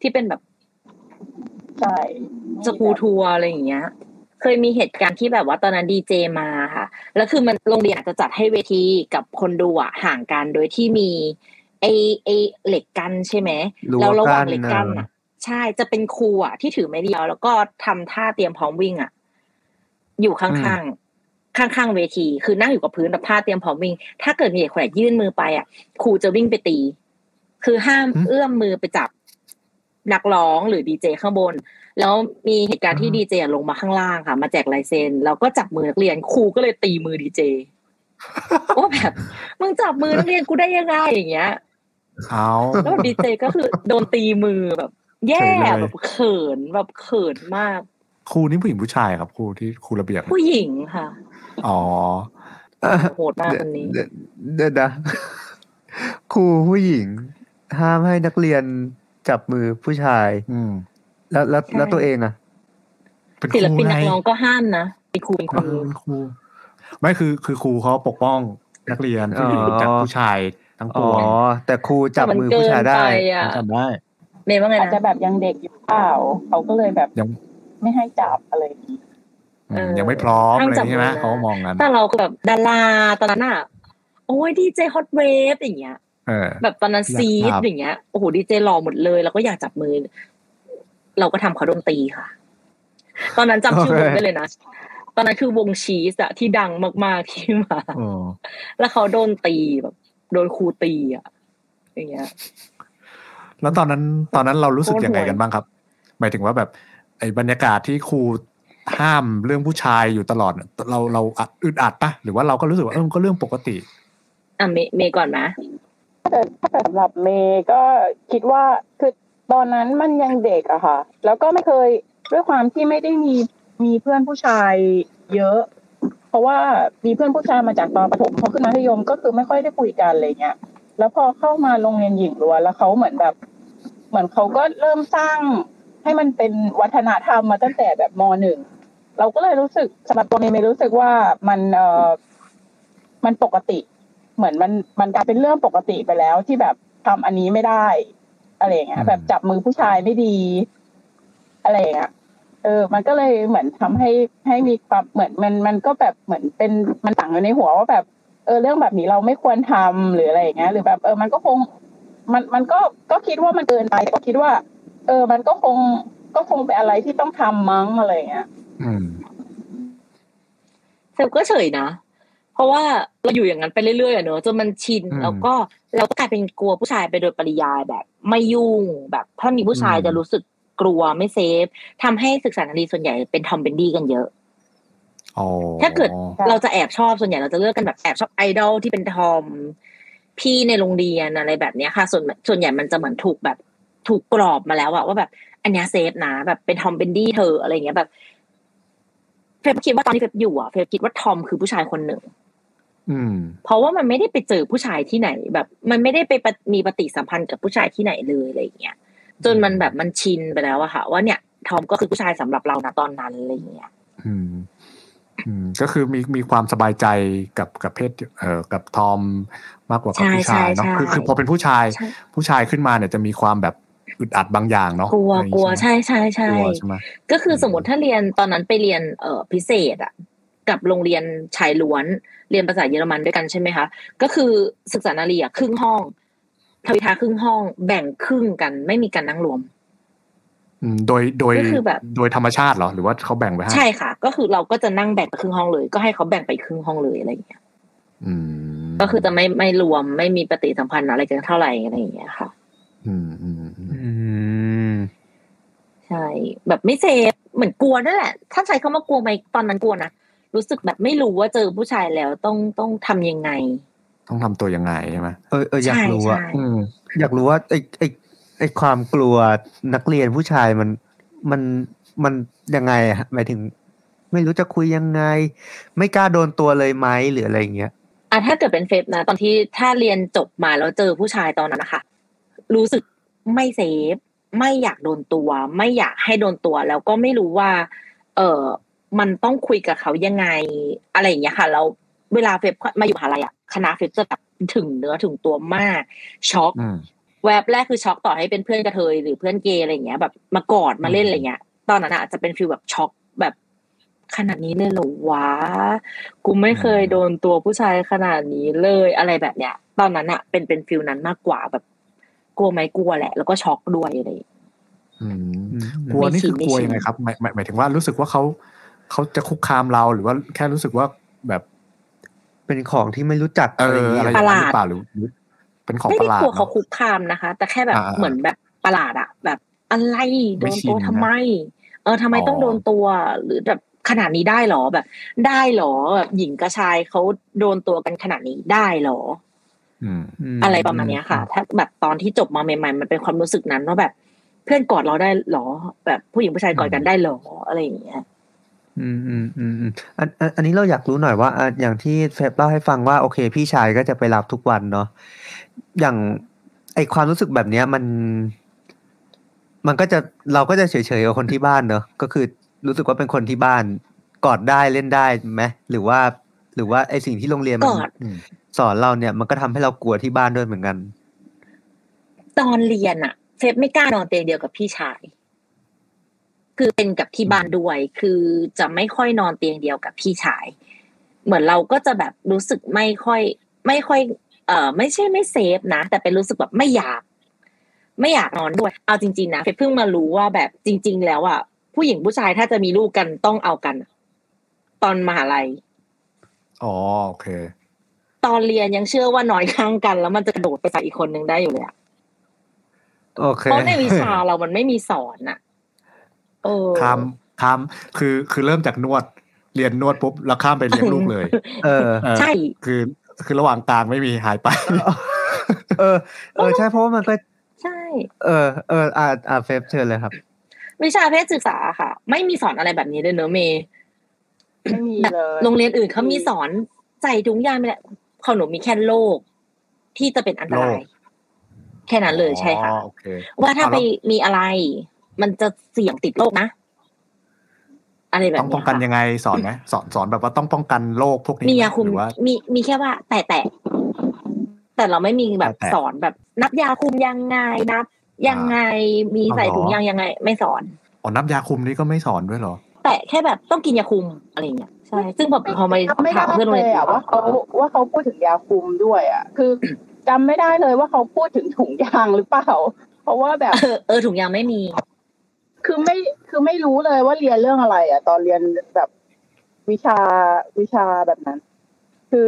ที่เป็นแบบ ใช่ สกูทัวร์อะไรอย่างเงี้ย เคยมีเหตุการณ์ที่แบบว่าตอนนั้นดีเจมาค่ะ แล้วคือมันโรงเรียนอาจจะจัดให้เวทีกับคนดูอ่ะห่างกันโดยที่มีไอไอเหล็กกันใช่ไหม รั้ แล้ว ว ระห กั ว่าง น เหล็ก เอ กัน อ อ่ะ ใช่จะเป็นครูอ่ะที่ถือไม้เรียวแล้วก็ทำท่าเตรียมพร้อมวิ่งอ่ะ อยู่ข้างๆข้างๆเวที คือนั่งอยู่กับพื้นแบบท่าเตรียมพร้อมวิ่ง ถ้าเกิดมีเด็กคนไหนยื่นมือไปอ่ะครูจะวิ่งไปตี คือห้าม อืม เอื้อมมือไปจับนักร้องหรือดีเจข้างบน แล้วมีเหตุการณ์ที่ดีเจลงมาข้างล่างค่ะ มาแจกลายเซ็นแล้วก็จับมือนักเรียนครูก็เลยตีมือ ดีเจว่าแบบมึงจับมือนักเรียนกูได้ยังไงอย่างเงี้ย เอา แล้วแบบดีเจก็คือโดนตีมือแบบ แย่แบบเขินแบบเขินมาก ครูนี่ผู้หญิงผู้ชายครับครูที่ครูระเบียบ ผู้หญิงค่ะ อ๋อ โหดมากคนนี้ เดี๋ยวเดี๋ยวนะ ครูผู้หญิง ห้ามให้นักเรียนจับมือผู้ชาย อืม แล้วแล้วแล้วตัวเองอ่ะ เป็นค ศิล รู ปินนั ไง กร้องก็ห้ามนะเป็นครูเป็นค เอ รู อเป็นครู ไม่คือคือครูเขาปกป้องนักเรียนผู้หญิง อ๋อ จากผู้ชายทั้งป อ๋อ วง แต่ครูจับ แต่น มือผู้ชายได้ เกินปอะ จำได้ เมย์ว่าไง อาจจะ นะ แบบยังเด็กอยู่เปล่าเขาก็เลยแบบ ยัง ไม่ให้จับอะไรอย่างงี้ อืม เออ ยังไม่พร้อม ห้าม อะไรอย่างงี้ใช่ไหม จับมือนะ เขาก็มองงั้น แต่เราก็แบบดาราตอนนั้นอ่ะโอ้ยดีเจฮอตเวฟอย่างเงี้ย เออ แบบตอนนั้น อยาก ซีด จับ อย่างเงี้ยโอ้โหดีเจหล่อหมดเลย แล้วก็อยากจับมือ เราก็ทำเขาโดนตีค่ะ ตอนนั้นจำชื่อวง โอเค ได้เลยนะตอนนั้นคือวงชีสอะที่ดังมากๆที่มา เออ แล้วเขาโดนตีแบบโดนครูตีอ่ะอย่างเงี้ย แล้วตอนนั้นตอนนั้นเรารู้สึก โคตร ยังไง ห่วย กันบ้างครับ หมายถึงว่าแบบไอ้บรรยากาศที่ครูห้ามเรื่องผู้ชายอยู่ตลอดน่ะเราเราอะอึดอัดปะหรือว่าเราก็รู้สึกว่าเออมันก็เรื่องปกติ อ่ะเมย์เมย์ก่อนนะ แต่ถ้าสำหรับเมย์ก็คิดว่าคือตอนนั้นมันยังเด็กอะค่ะ แล้วก็ไม่เคยด้วยความที่ไม่ได้มีมีเพื่อนผู้ชายเยอะ เพราะว่ามีเพื่อนผู้ชายมาจากตอนประถมพอขึ้นมัธยมก็คือไม่ค่อยได้คุยกันอะไรเงี้ย แล้วพอเข้ามาโรงเรียนหญิงล้วนแล้วเขาเหมือนแบบ เหมือนเขาก็เริ่มสร้างให้มันเป็นวัฒนธรรมมาตั้งแต่แบบมหนึ่งเราก็เลยรู้สึกสำหรับตัวเมย์เมย์รู้สึกว่ามันเออมันปกติ เหมือนมันมันกลายเป็นเรื่องปกติไปแล้วที่แบบทำอันนี้ไม่ได้อะไรอย่างเงี้ อื ย ม แบบจับมือผู้ชายไม่ดีอะไรอย่างเงี้ยเออ มันก็เลยเหมือนทำให้ให้มีความเหมือนมันมันก็แบบเหมือนเป็นมันต่างอยู่ในหัวว่าแบบ เออเรื่องแบบนี้เราไม่ควรทำหรืออะไรอย่างเงี้ยหรือแบบเออมันก็คง มันมันก็ก็คิดว่ามันเกินไปก็คิดว่า เออ มันก็คงก็คงเป็นอะไรที่ต้องทำมั้งอะไรอย่างเงี้ย อืม เซลก็เฉยนะ เพราะว่าเราอยู่อย่างนั้นไปเรื่อยๆอะเนอะจนมันชิน อืม แล้วก็เราก็กลายเป็นกลัวผู้ชายไปโดยปริยายแบบ ไม่ยุ่งแบบถ้ามีผู้ชาย อืม จะรู้สึกกลัวไม่เซฟทำให้ศึกษานารีส่วนใหญ่เป็นทอมเบนดี้กันเยอะ อ๋อ ถ้าเกิด ครับ เราจะแอบชอบส่วนใหญ่เราจะเลือกกันแบบแอบชอบไอดอลที่เป็นทอม พี่ในโรงเรียนอะไรแบบเนี้ยค่ะ ส่วนส่วนใหญ่มันจะเหมือนถูกแบบถูกกรอบมาแล้วอะว่าแบบ อันเนี้ยเซฟนะแบบเป็นทอมเบนดี้เธออะไรเงี้ยแบบเฟบคิดว่าตอนที่เฟบอยู่อะเฟบคิดว่าทอมคือผู้ชายคนหนึ่ง อืม เพราะว่ามันไม่ได้ไปเจอผู้ชายที่ไหน แบบ มันไม่ได้ไปปะมีปฏิสัมพันธ์กับผู้ชายที่ไหนเลยอะไรอย่างเงี้ยจนมันแบบมันชินไปแล้วอะค่ะ ว่าเนี่ย ทอมก็คือผู้ชายสำหรับเรานะตอนนั้นอะไรอย่างเงี้ย อืม อืม ก็คือมีมีความสบายใจกับกับเพศเอ่อกับทอมมากกว่ากับ ใช่ ผู้ชายเนาะ ใช่ คือ ใช่ คือพอเป็นผู้ชาย ใช่ ผู้ชายขึ้นมาเนี่ยจะมีความแบบอึดอัดบางอย่างเนาะ กลัว อะไรอย่าง กลัว งี้ใช่ไหม ใช่ใช่ใช่ กลัวใช่ไหม ก็คือสมมติถ้าเรียนตอนนั้นไปเรียนเอ่อพิเศษอะกับโรงเรียนชายล้วน เรียนภาษาเยอรมันด้วยกันใช่ไหมคะก็คือศึกษานารีอะครึ่งห้องทวิทาครึ่งห้อง แบ่งครึ่งกัน ไม่มีการนั่งรวม อืมโดยโดย ก็คือแบบ โดยธรรมชาติเหรอ หรือว่าเขาแบ่งไว้ให้ ใช่ค่ะ ก็คือเราก็จะนั่งแบ่งไปครึ่งห้องเลย ก็ให้เขาแบ่งไปครึ่งห้องเลยอะไรอย่างเงี้ย อืม ก็คือจะไม่ไม่รวมไม่มีปฏิสัมพันธ์อะไรกันเท่าไหร่อะไรอย่างเงี้ยค่ะ อืมอืมอืม อืม ใช่แบบไม่เซฟเหมือนกลัวนั่นแหละ ถ้าใช้คำว่ากลัวไหมตอนนั้นกลัวนะรู้สึกแบบไม่รู้ว่าเจอผู้ชายแล้วต้องต้องทำยังไง ต้องทำตัวยังไงใช่ไหม เออเอออยาก ใช่ รู้อะ ใช่ อืม อยากรู้ว่าไอไอไอความกลัวนักเรียนผู้ชายมันมันมันยังไงอะหมายถึง ไม่รู้จะคุยยังไง ไม่กล้าโดนตัวเลยไหมหรืออะไรอย่างเงี้ย อ่ะถ้าเกิดเป็นเฟซนะ ตอนที่ถ้าเรียนจบมาแล้วเจอผู้ชายตอนนั้นนะคะรู้สึกไม่เซฟไม่อยากโดนตัว ไม่อยากให้โดนตัว แล้วก็ไม่รู้ว่า เออมันต้องคุยกับเขายังไงอะไรอย่างเงี้ยค่ะ เราเวลาเฟบมาอยู่มหาลัยอะคณะเฟบจะแบบถึงเนื้อถึงตัวมากช็อก อืม แวบแรกคือช็อกต่อให้เป็นเพื่อนกระเทยหรือเพื่อนเกย์อะไรอย่างเงี้ยแบบมากอดมาเล่นอะไรเงี้ย ตอนนั้นอะอาจจะเป็นฟีลแบบช็อกแบบขนาดนี้เลยเหรอวะกูไม่เคยโดนตัวผู้ชายขนาดนี้เลยอะไรแบบเนี้ย ตอนนั้นอะเป็นเป็นฟีลนั้นมากกว่าแบบ กลัวไหมกลัวแหละ แล้วก็ช็อกด้วยอะไร อืม อืม กลัวนี่ ไม่ชิน คือกลัว ไม่ชิน ยังไงครับหมายหมายหมายถึงว่ารู้สึกว่าเขาเขาจะคุกคามเราหรือว่าแค่รู้สึกว่าแบบ เป็นของที่ไม่รู้จัก เออ อ อะไร ย่าง อย่าเงี้ยงนั้นหรือเปล่าหรือหรือเป็นของ ไม่ ป ได้ ระหลาด กลัวเขา เนาะ คุกคามนะคะ แต่แค่แบบ อ่าๆ เหมือนแบบประหลาดอะแบบอะไรโด ไม่ น ชิน ตัวทำไม เออทำไม อ๋อ ต้องโดนตัวหรือแบบขนาดนี้ได้หรอแบบ ได้หรอแบบหญิงกับชายเขาโดนตัวกันขนาดนี้ได้หรอ อืม ม อะไรประมาณเนี้ยค่ะ ถ้าแบบตอนที่จบมาใหม่ๆ มันเป็นความรู้สึกนั้นว่าแบบ เพื่อนกอดเราได้หรอ แบบผู้หญิงผู้ชายกอดกันได้หรออะไรอย่างเงี้ย อืมอืมอืมอืมอันอันอันนี้เราอยากรู้หน่อยว่าอ่ะอย่างที่เฟบเล่าให้ฟังว่าโอเค พี่ชายก็จะไปรับทุกวันเนาะอย่างไอความรู้สึกแบบเนี้ยมัน มันก็จะเราก็จะเฉยๆกับคนที่บ้านเนาะก็คือรู้สึกว่าเป็นคนที่บ้านกอดได้เล่นได้ไหมหรือว่า หรือว่าไอสิ่งที่โรงเรียนมั กอด สอนเราเนี่ย มันก็ทำให้เรากลัวที่บ้านด้วยเหมือนกัน ตอนเรียนอะเฟบไม่กล้านอนเตียงเดียวกับพี่ชาย คือเป็นกับที่บ้านด้วย คือจะไม่ค่อยนอนเตียงเดียวกับพี่ชาย เหมือนเราก็จะแบบรู้สึกไม่ค่อย ไม่ค่อย เอ่อ ไม่ใช่ไม่เซฟนะ แต่เป็นรู้สึกแบบไม่อยาก ไม่อยากนอนด้วย เอาจริง ๆ นะเฟบเพิ่งมารู้ว่าแบบจริง ๆ แล้วอะผู้หญิงผู้ชายถ้าจะมีลูกกันต้องเอากัน ตอนมหาลัย อ๋อโอเค ตอนเรียนยังเชื่อว่านอนข้างกัน แล้วมันจะกระโดดไปใส่อีกคนนึงได้อยู่เลยอะ โอเค เพราะในวิชาเรามันไม่มีสอนอะเออ ข้ามข้ามคือคือเริ่มจากนวดเรียนนวดปุ๊บแล้วข้ามไปเลี้ยงลูกเลย เออ เออ ใช่ คือคือระหว่างกลางไม่มีหายไป เออ เออ ใช่เพราะว่ามันก็ ใช่ เออ เอออ่าอ่าเฟบเชิญเลยครับ วิชาเพศศึกษาค่ะ ไม่มีสอนอะไรแบบนี้เลยเนอะเมย์ ไม่มีเลย โรงเรียนอื่นเขามีสอนใส่ถุงยางไปแหละของหนูมีแค่โรคที่จะเป็นอันตราย โรค แค่นั้นเลยใช่ค่ะ อ๋อโอเค ว่าถ้า เอา ไป แล้ว มีอะไร มันจะเสี่ยงติดโรคนะอะไรแบบ ต้อง เนี้ ป้องกัน ค่ะ ยังไงสอนไหมสอนสอนแบบว่าต้องป้องกันโรคพวกนี้ มี ไห ยาคุม หรือว่า มีมีแค่ว่า แต่แต่แต่เราไม่มีแบบ แต่แต่ สอนแบบ นับยาคุมยังไงนับ ยังไงมีใส่ อ๋อ ถุงยางยังไง ไม่สอน อ๋อน้ำยาคุมนี่ก็ไม่สอนด้วยเหรอ แต่แค่แบบต้องกินยาคุมอะไรอย่างเงี้ยใช่ซึ่งพอพอมา ไม่ ถามเพื่อนโรง เล เรีย ย น อะว่าเขาว่าเขาพูดถึงยาคุมด้วยอ่ะ คือจำไม่ได้เลยว่าเขาพูดถึงถุงยางหรือเปล่า เพราะว่าแบบ เออเออถุงยางไม่มี คือไม่คือไม่รู้เลยว่าเรียนเรื่องอะไร อ่ะ ตอนเรียนแบบวิชาวิชาแบบนั้น คือ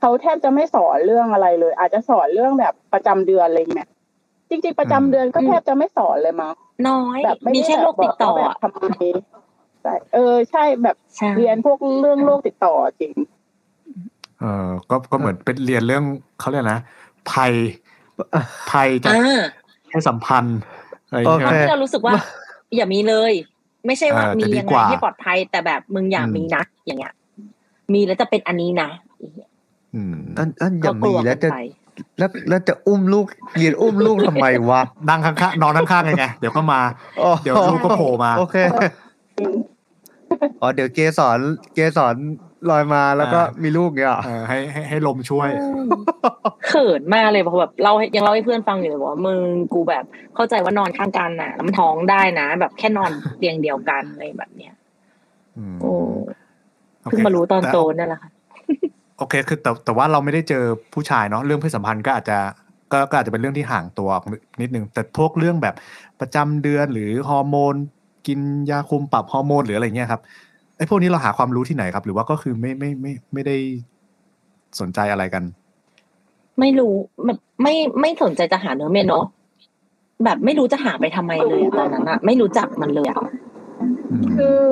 เขาแทบจะไม่สอนเรื่องอะไรเลย อาจจะสอนเรื่องแบบประจำเดือนอะไรอย่างเงี้ยจริงๆประจำเดือนก็ อืม แทบจะไม่สอนเลยมั้ง น้อย แบบไม่ มี ได้ แค่โรคติดต่อ แบบ อะ บกว่าแบบทำไมใช่เออใช่แบบ ใช่ เรียนพวกเรื่องโรคติดต่อจริง เออก็ก็เหมือนเป็นเรียนเรื่องเขาเรียกนะภัยภัยจาก อ่า เพศสัมพันธ์อะไรอย่าง โอ เงี้ ค ย ที่เรารู้สึกว่า อย่ามีเลย ไม่ใช่ว่า เออ มี จะดี ยัง ก ไง ว่า ที่ปลอดภัยแต่แบบมึงอย่า อืม มีนะอย่างเงี้ย มีแล้วจะเป็นอันนี้นะอย่างเงี้ย อืม อันอันอ ก็ ย่าง ก มี ลัว แล้ว กั จะ นไป แล้วแล้วจะอุ้มลูกเรียนอุ้มลูกทำไมวะ นั่งข้างๆนอนข้างๆไงไงเดี๋ยวก็มา อ๋อ เดี๋ยวลูกก็โผล่มา โอเคอ๋อเดี๋ยวเกสอนเกสอนลอยมาแล้วก็ อ่ามี มีลูกเนี่ยเหรอ เออให้ให้ให้ลมช่วย อืมเขินมากเลยเพราะแบบเล่าให้ยังเล่าให้เพื่อนฟังอยู่เลยบอกว่ามึงกูแบบเข้าใจว่านอนข้างกันน่ะแล้วมันท้องได้นะ แบบแค่นอนเตียงเดียวกันอะไรแบบเนี้ย อืม โอ้ โอเค เพิ่งมารู้ตอน แ โตนั่นแหละค่ะ โอเคคือแต่แต่ว่าเราไม่ได้เจอผู้ชายเนาะเรื่องเพศสัมพันธ์ก็อาจจะก็ก็อาจจะเป็นเรื่องที่ห่างตัวออกนิดนึงแต่พวกเรื่องแบบประจำเดือนหรือฮอร์โมน กินยาคุมปรับฮอร์โมนหรืออะไรเงี้ยครับไอ้พวกนี้เราหาความรู้ที่ไหนครับ หรือว่าก็คือไม่ไม่ไม่ไม่ได้สนใจอะไรกัน ไม่รู้แบบไม่ไม่สนใจจะหาเนื้อเมนเนาะแบบไม่รู้จะหาไปทำไมเลยอะตอนนั้นอะไม่รู้จักมันเลยอะ อืม คือ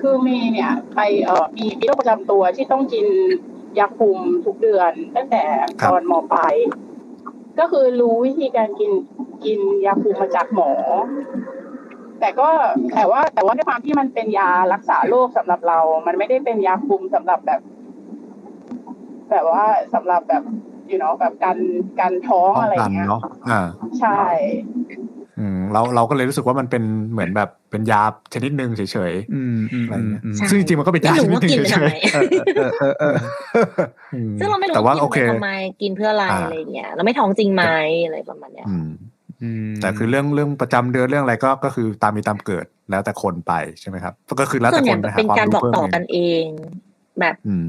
คือเมย์เนี่ย ไปเอ่อมีมีโรคประจำตัวที่ต้องกินยาคุมทุกเดือน ตั้งแต่ตอนหมอปลายก็คือรู้วิธีการกินกินยาคุมมาจากหมอ แต่ก็แต่ว่าแต่ว่าด้วยความที่มันเป็นยารักษาโรคสำหรับเรา มันไม่ได้เป็นยาคุมสำหรับแบบ แบบว่าสำหรับแบบอยู่เนาะแบบการการท้อง ป้อง อะไรอ กัน ย่างเงี้ย เนาะอ่า ใช่ อืมเราเราก็เลยรู้สึกว่ามันเป็นเหมือนแบบเป็นยาชนิดหนึ่งเฉย อืมอืมอืมอืม ใช่ ซึ่งจริงๆมันก็เป็น ไม่ ยา รู้ว่ากิน ที่ ไป เฉยๆ ทำไม เออเออเออเออ ๆอื ซึ่งเราไม่รู้ แต่ ว่า ว่า กิ โอน ไป เค ทำไมกินเพื่ออะไร อ่า อะไรอย่างเงี้ยแล้วไม่ท้องจริงไหมอะไรประมาณเนี้ย อืม อืม แต่คือเรื่องเรื่องประจำเดือนเรื่องอะไรก็ก็คือตามมีตามเกิดแล้วแต่คนไปใช่ไหมครับ ก็คือแล้ว ส่ แต่ วนให ค ญ่ นไปหา เป็น ความ การบรู้อก เพิ่ม ต่อ เอง กันเอง แบบ อืม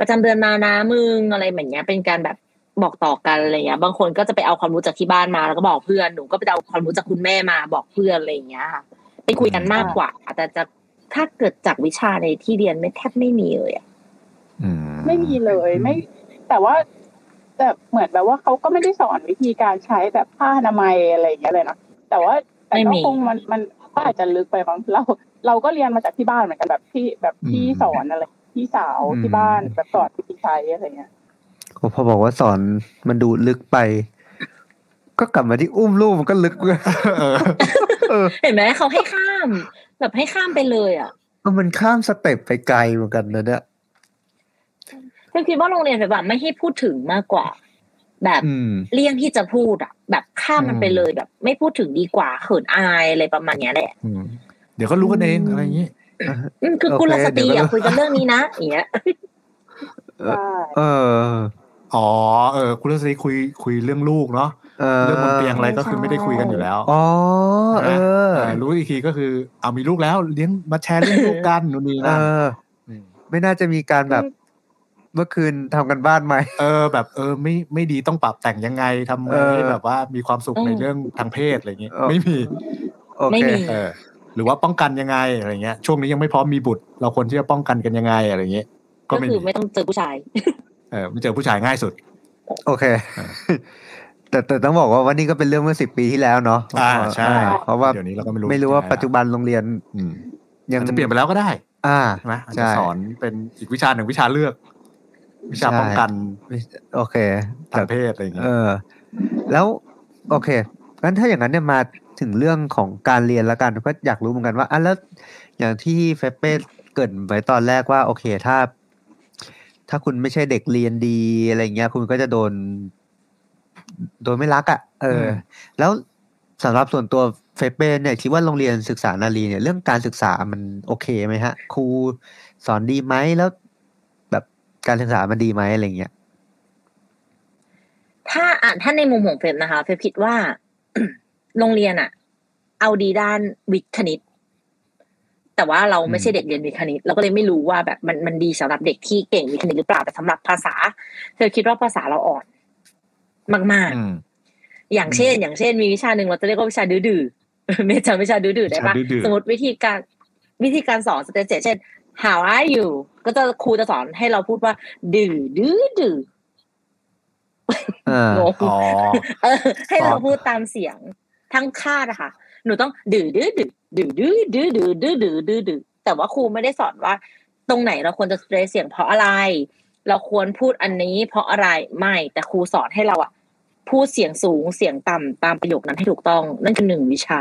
ประจำเดือนมานะมึงอะไรแบบเนี้ย เป็นการแบบบอกต่อกันอะไรเงี้ย บางคนก็จะไปเอาความรู้จากที่บ้านมาแล้วก็บอกเพื่อนหนูก็ไปเอาความรู้จากคุณแม่มาบอกเพื่อนอะไรอย่างเงี้ยค่ะไปคุยกันมากกว่าแต่จะถ้าเกิดจากวิชาในที่เรียนไม่แทบไม่มีเลยอะ อืม ไม่มีเลยไม่ แต่ว่าแต่เหมือนแบบว่าเขาก็ไม่ได้สอนวิธีการใช้แบบผ้าอนามัยอะไรอย่างเงี้ยเลยนะแต่ว่าแต่ ไม่ ก็ มี คงมันมันก็อาจจะลึกไปบางเรา เราก็เรียนมาจากที่บ้านเหมือนกันแบบที่แบบที่สอนอะไรที่สาว อืม ที่บ้านแบบสอนวิธีใช้อะไรเงี้ย ผมพอบอกว่าสอนมันดูลึกไป ก็กลับมาที่อุ้มลูกมันก็ลึกเว้ย เออ เออ เห็นไหมเขาให้ข้าม แบบให้ข้ามไปเลยอ่ะ มันข้ามสเต็ปไปไกลเหมือนกันนะเนี่ย ฉันคิดว่าโรงเรียนแบบว่าไม่ให้พูดถึงมากกว่า แบบ อืม เลี่ยงที่จะพูดอ่ะ แบบข้ามมันไปเลยแบบ ไม่พูดถึงดีกว่าเขินอายอะไรประมาณเนี้ยแหละ อืมเดี๋ยวก็รู้กันเองอะไรอย่างนี้ อืมคือ โอเค กุลสตรี เดี๋ย อ่ะ ว คุยกันเรื่องนี้นะอย่างเงี้ย เออ ใช่ เออ อ๋อเออคุณฤศรีคุยคุยเรื่องลูกเนาะ เออ เรื่องบนเตียงอะไรก็คือไม่ได้คุยกันอยู่แล้ว อ๋อเออ เออรู้อีกทีก็คือเอามีลูกแล้วเลี้ยงมาแชร์เรื่องลูก กันนู่นนี่ เอ นั่น อ ม ไม่น่าจะมีการแบบเมื่อคืนทำกันบ้านไหม เออ แบบเออไม่ไม่ดีต้องปรับแต่งยังไงทำไง เออ ให้แบบว่ามีความสุขในเรื่องทางเพศอะไรอย่างเงี้ย เออ ไม่มี โอ ไม่ เค มี เออหรือว่าป้องกันยังไงอะไรเงี้ยช่วงนี้ยังไม่พร้อมมีบุตร เราควรที่จะป้องกันกันยังไงอะไรเงี้ยก็ ก็ ไม่ คื มี อไม่ต้องเจอผู้ชาย เออไม่เจอผู้ชายง่ายสุด โอเค แต่แต่ต้องบอกว่าวันนี้ก็เป็นเรื่องเมื่อสิบปีที่แล้วเนาะ อ่าใช่ เพราะว่า เดี๋ยวนี้เราก็ไม่รู้ ไม่รู้ว่า ใช่ ปัจจุบันโรงเรียน อืม ยัง อาจจะเปลี่ยนไปแล้วก็ได้ อ่า ใช่ไหมอาจ ใช่ จะสอนเป็นอีกวิชาหนึ่งวิชาเลือก วิชา ใช่ ป้องกัน โอเค ทา แต่ งเพศอะไรเงี้ เอย อ แล้วโอเคงั้นถ้าอย่างนั้นเนี่ยมาถึงเรื่องของการเรียนแล้วกันก็อยากรู้เหมือนกันว่าอ่ะแล้วอย่างที่เฟเป้เกริดไว้ตอนแรกว่า โอเคถ้า ถ้าคุณไม่ใช่เด็กเรียนดีอะไรเงี้ย คุณก็จะโดน โดนไม่รักอะ่ะเอออ แล้วสำหรับส่วนตัวเฟเป้เนี่ยคิดว่าโรงเรียนศึกษานารีเนี่ยเรื่องการศึกษามันโอเคไหมฮะครูสอนดีไหมแล้ว แบบการศึกษามันดีไหมอะไรเงี้ย ถ้าอ่ะถ้าในมุมของเฟมนะคะเฟมคิดว่า โรงเรียนอะเอาดีด้านวิทย์คณิต แต่ว่าเราไม่ใช่เด็กเรียนวิทย์คณิต เราก็เลยไม่รู้ว่าแบบมันมันดีสำหรับเด็กที่เก่งวิทย์คณิตหรือเปล่าแต่สำหรับภาษาเฟมคิดว่าภาษาเราอ่อนมาก อืม ๆ อย่างเช่น อย่างเช่น มีวิชาหนึ่งเราจะเรียกว่าวิชาดื้อดื้อ เมจำวิชาดื้อดื้อได้ปะ วิชาดื้อดื้อ สมมติวิธีการวิธีการสอนสเตจเช่น how are you ก็จะครูจะสอนให้เราพูดว่า ดื้อดื้อดื้อ เออ งง อ๋อ เออให้เรา อ๋อ พูดตามเสียงทั้งคาดอะค่ะ หนูต้องดื้อดื้อดื้อดื้อดื้อดื้อดื้อดื้อดื้อดื้อดื้อแต่ว่าครูไม่ได้สอนว่า ตรงไหนเราควรจะเสเสียงเพราะอะไร เราควรพูดอันนี้ เพราะอะไรไม่แต่ครูสอนให้เราอะพูดเสียงสูงเสียงต่ำตามประโยคนั้นให้ถูกต้อง นั่นคือหนึ่งวิชา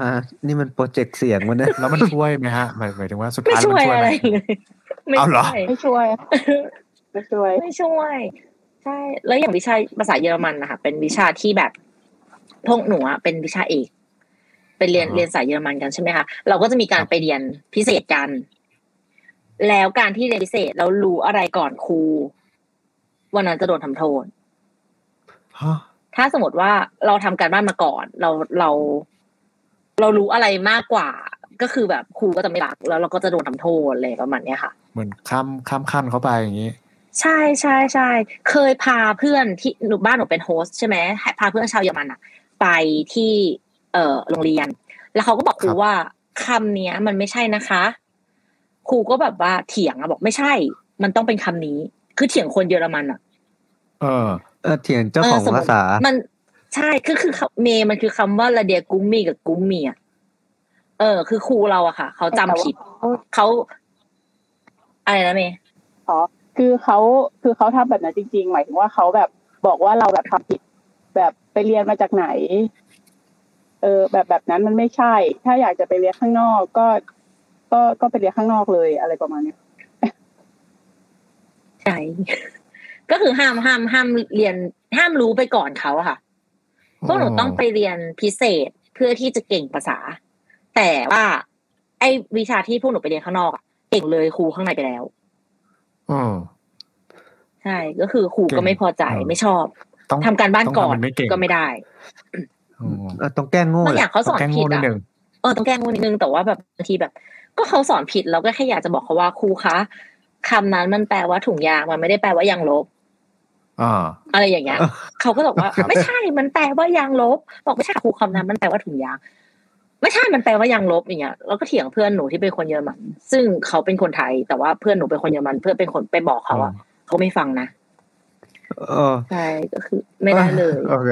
ฮะนี่มันโปรเจกต์เสียง มันนะ แล้วมันช่วยไหมฮะหมายหมายถึงว่าสุด ไม่ ท้ายมัน ช่วย ช่วย อะ ไห ไร ม เลยไม่ เอาเหรอ ช่วย ไม่ช่วย ไม่ช่วย ไม่ช่วย ใช่ แล้วอย่างวิชาภาษาเยอรมันนะคะเป็นวิชาที่แบบพวกหนูอะเป็นวิชาเอกเป็นเรียน อ่าฮะ เรียนสายเยอรมันกันใช่ไหมคะเราก็จะมีการไปเรียนพิเศษกัน แล้วการที่เรียนพิเศษเรารู้อะไรก่อนครูวันนั้นจะโดนทำโทษ ฮะ ถ้าสมมติว่าเราทำการบ้านมาก่อน เราเรา เรารู้อะไรมากกว่า ก็คือแบบครูก็จะไม่รักแล้วเราก็จะโดนทำโทษอะไรประมาณเนี้ยค่ะ เหมือนข้ามข้ามขั้นเข้าไปอย่างนี้ ใช่ใช่ใช่เคยพาเพื่อนที่หนูบ้านหนูเป็นโฮสต์ใช่ไหมให้พาเพื่อนชาวเยอรมันอะไปที่ เอ่อโรงเรียน แล้วเขาก็บอกครู ครับ ว่าคำเนี้ย มันไม่ใช่นะคะ ครูก็แบบว่าเถียงอะบอกไม่ใช่ มันต้องเป็นคำนี้ คือเถียงคนเยอรมันอะ เออ เออเถียงเจ้าของ สมมุ ภา ติ ษา มันใช่คือคือเมมันคือคำว่าระเดียกุ้มมีกับกุ้มเมียเออ คือครูเราอะค่ะ เขาจำผิดเขาอะไรนะเม คือเขาคือเขาทำแบบนั้นจริง ๆ หมายถึงว่าเขาแบบบอกว่าเราแบบทำผิด แบบไปเรียนมาจากไหน เออ แบบแบบนั้นมันไม่ใช่ ถ้าอยากจะไปเรียนข้างนอกก็ ก็ก็ไปเรียนข้างนอกเลยอะไรประมาณเนี้ย ใช่ ก็คือห้ามห้ามห้ามเรียนห้ามรู้ไปก่อนเขาอะค่ะพวกหนูต้องไปเรียนพิเศษเพื่อที่จะเก่งภาษา แต่ว่า ไอ้วิชาที่พวกหนูไปเรียนข้างนอกอะเก่งเลยครูข้างในไปแล้ว อืม ใช่ ก็คือครูก็ไม่พอใจ เก่ง ไม่ชอบ ต้อง ทำการบ้าน ต้อง ก่อน ทำมัไม่เก่ง ก็ไม่ได้ อืม เออต้องแก้งโง่ บางอ แห ย่า ละ งเขาส ต้อ อง น แกล้ง ผิ โง่ ด นิด อะ นึง เออต้องแกล้งงูนิดนึงแต่ว่าแบบบางทีแบบ ก็เขาสอนผิดเราก็แค่อยากจะบอกเขาว่าครูคะคำนั้นมันแปลว่าถุงยางมันไม่ได้แปลว่ายางลบ อ่า อะไรอย่างเงี้ย เขาก็บอกว่า ครับ ไม่ใช่ มันแปลว่ายางลบ บอกไม่ใช่ครูคำนั้นมันแปลว่าถุงยาง ไม่ใช่ มันแปลว่ายางลบอย่างเงี้ย แล้วก็เถียงเพื่อนหนูที่เป็นคนเยอรมัน ซึ่งเขาเป็นคนไทย แต่ว่าเพื่อนหนูเป็นคนเยอรมัน เพื่อนเป็นคนไปบอกเขาอะเขาไม่ฟังนะ เออ ใช่ ก็คือไม่ได้เลย โอเค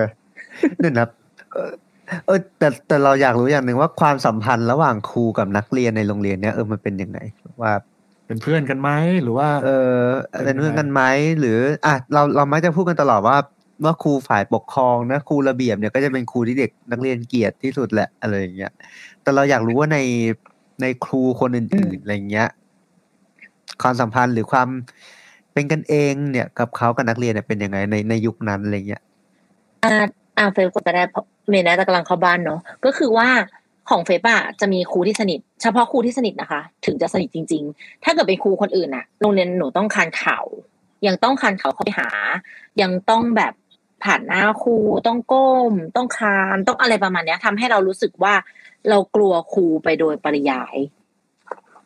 นี่นะเออเออแต่แต่เราอยากรู้อย่างหนึ่งว่าความสัมพันธ์ระหว่างครูกับนักเรียนในโรงเรียนเนี้ยเออมันเป็นยังไงว่า เป็นเพื่อนกันไหมหรือว่า เออ เป็น เป็นเพื่อน ยังไง กันไหมหรืออ่ะเราเรามักจะพูดกันตลอดว่าว่าครูฝ่ายปกครองนะครูระเบียบเนี่ยก็จะเป็นครูที่เด็กนักเรียนเกลียดที่สุดแหละอะไรอย่างเงี้ยแต่เราอยากรู้ว่าในในครูคนอื่นๆอะไรเงี้ยความสัมพันธ์หรือความเป็นกันเองเนี่ยกับเขากับนักเรียนเนี่ยเป็นยังไงในในยุคนั้นอะไรเงี้ย อ่าอ่าเฟซก็จะได้เพราะเมย์น่าจะกำลังเข้าบ้านเนาะก็คือว่าของเฟซอะจะมีครูที่สนิท เฉพาะครูที่สนิทนะคะ ถึงจะสนิทจริง ๆ ถ้าเกิดเป็นครูคนอื่นอะโรงเรียนหนูต้องคานเข่ายังต้องคานเข่าเข้าไปหา ยังต้องแบบผ่านหน้าครูต้องก้ม ต้องคานต้องอะไรประมาณเนี้ยทำให้เรารู้สึกว่าเรากลัวครูไปโดยปริยาย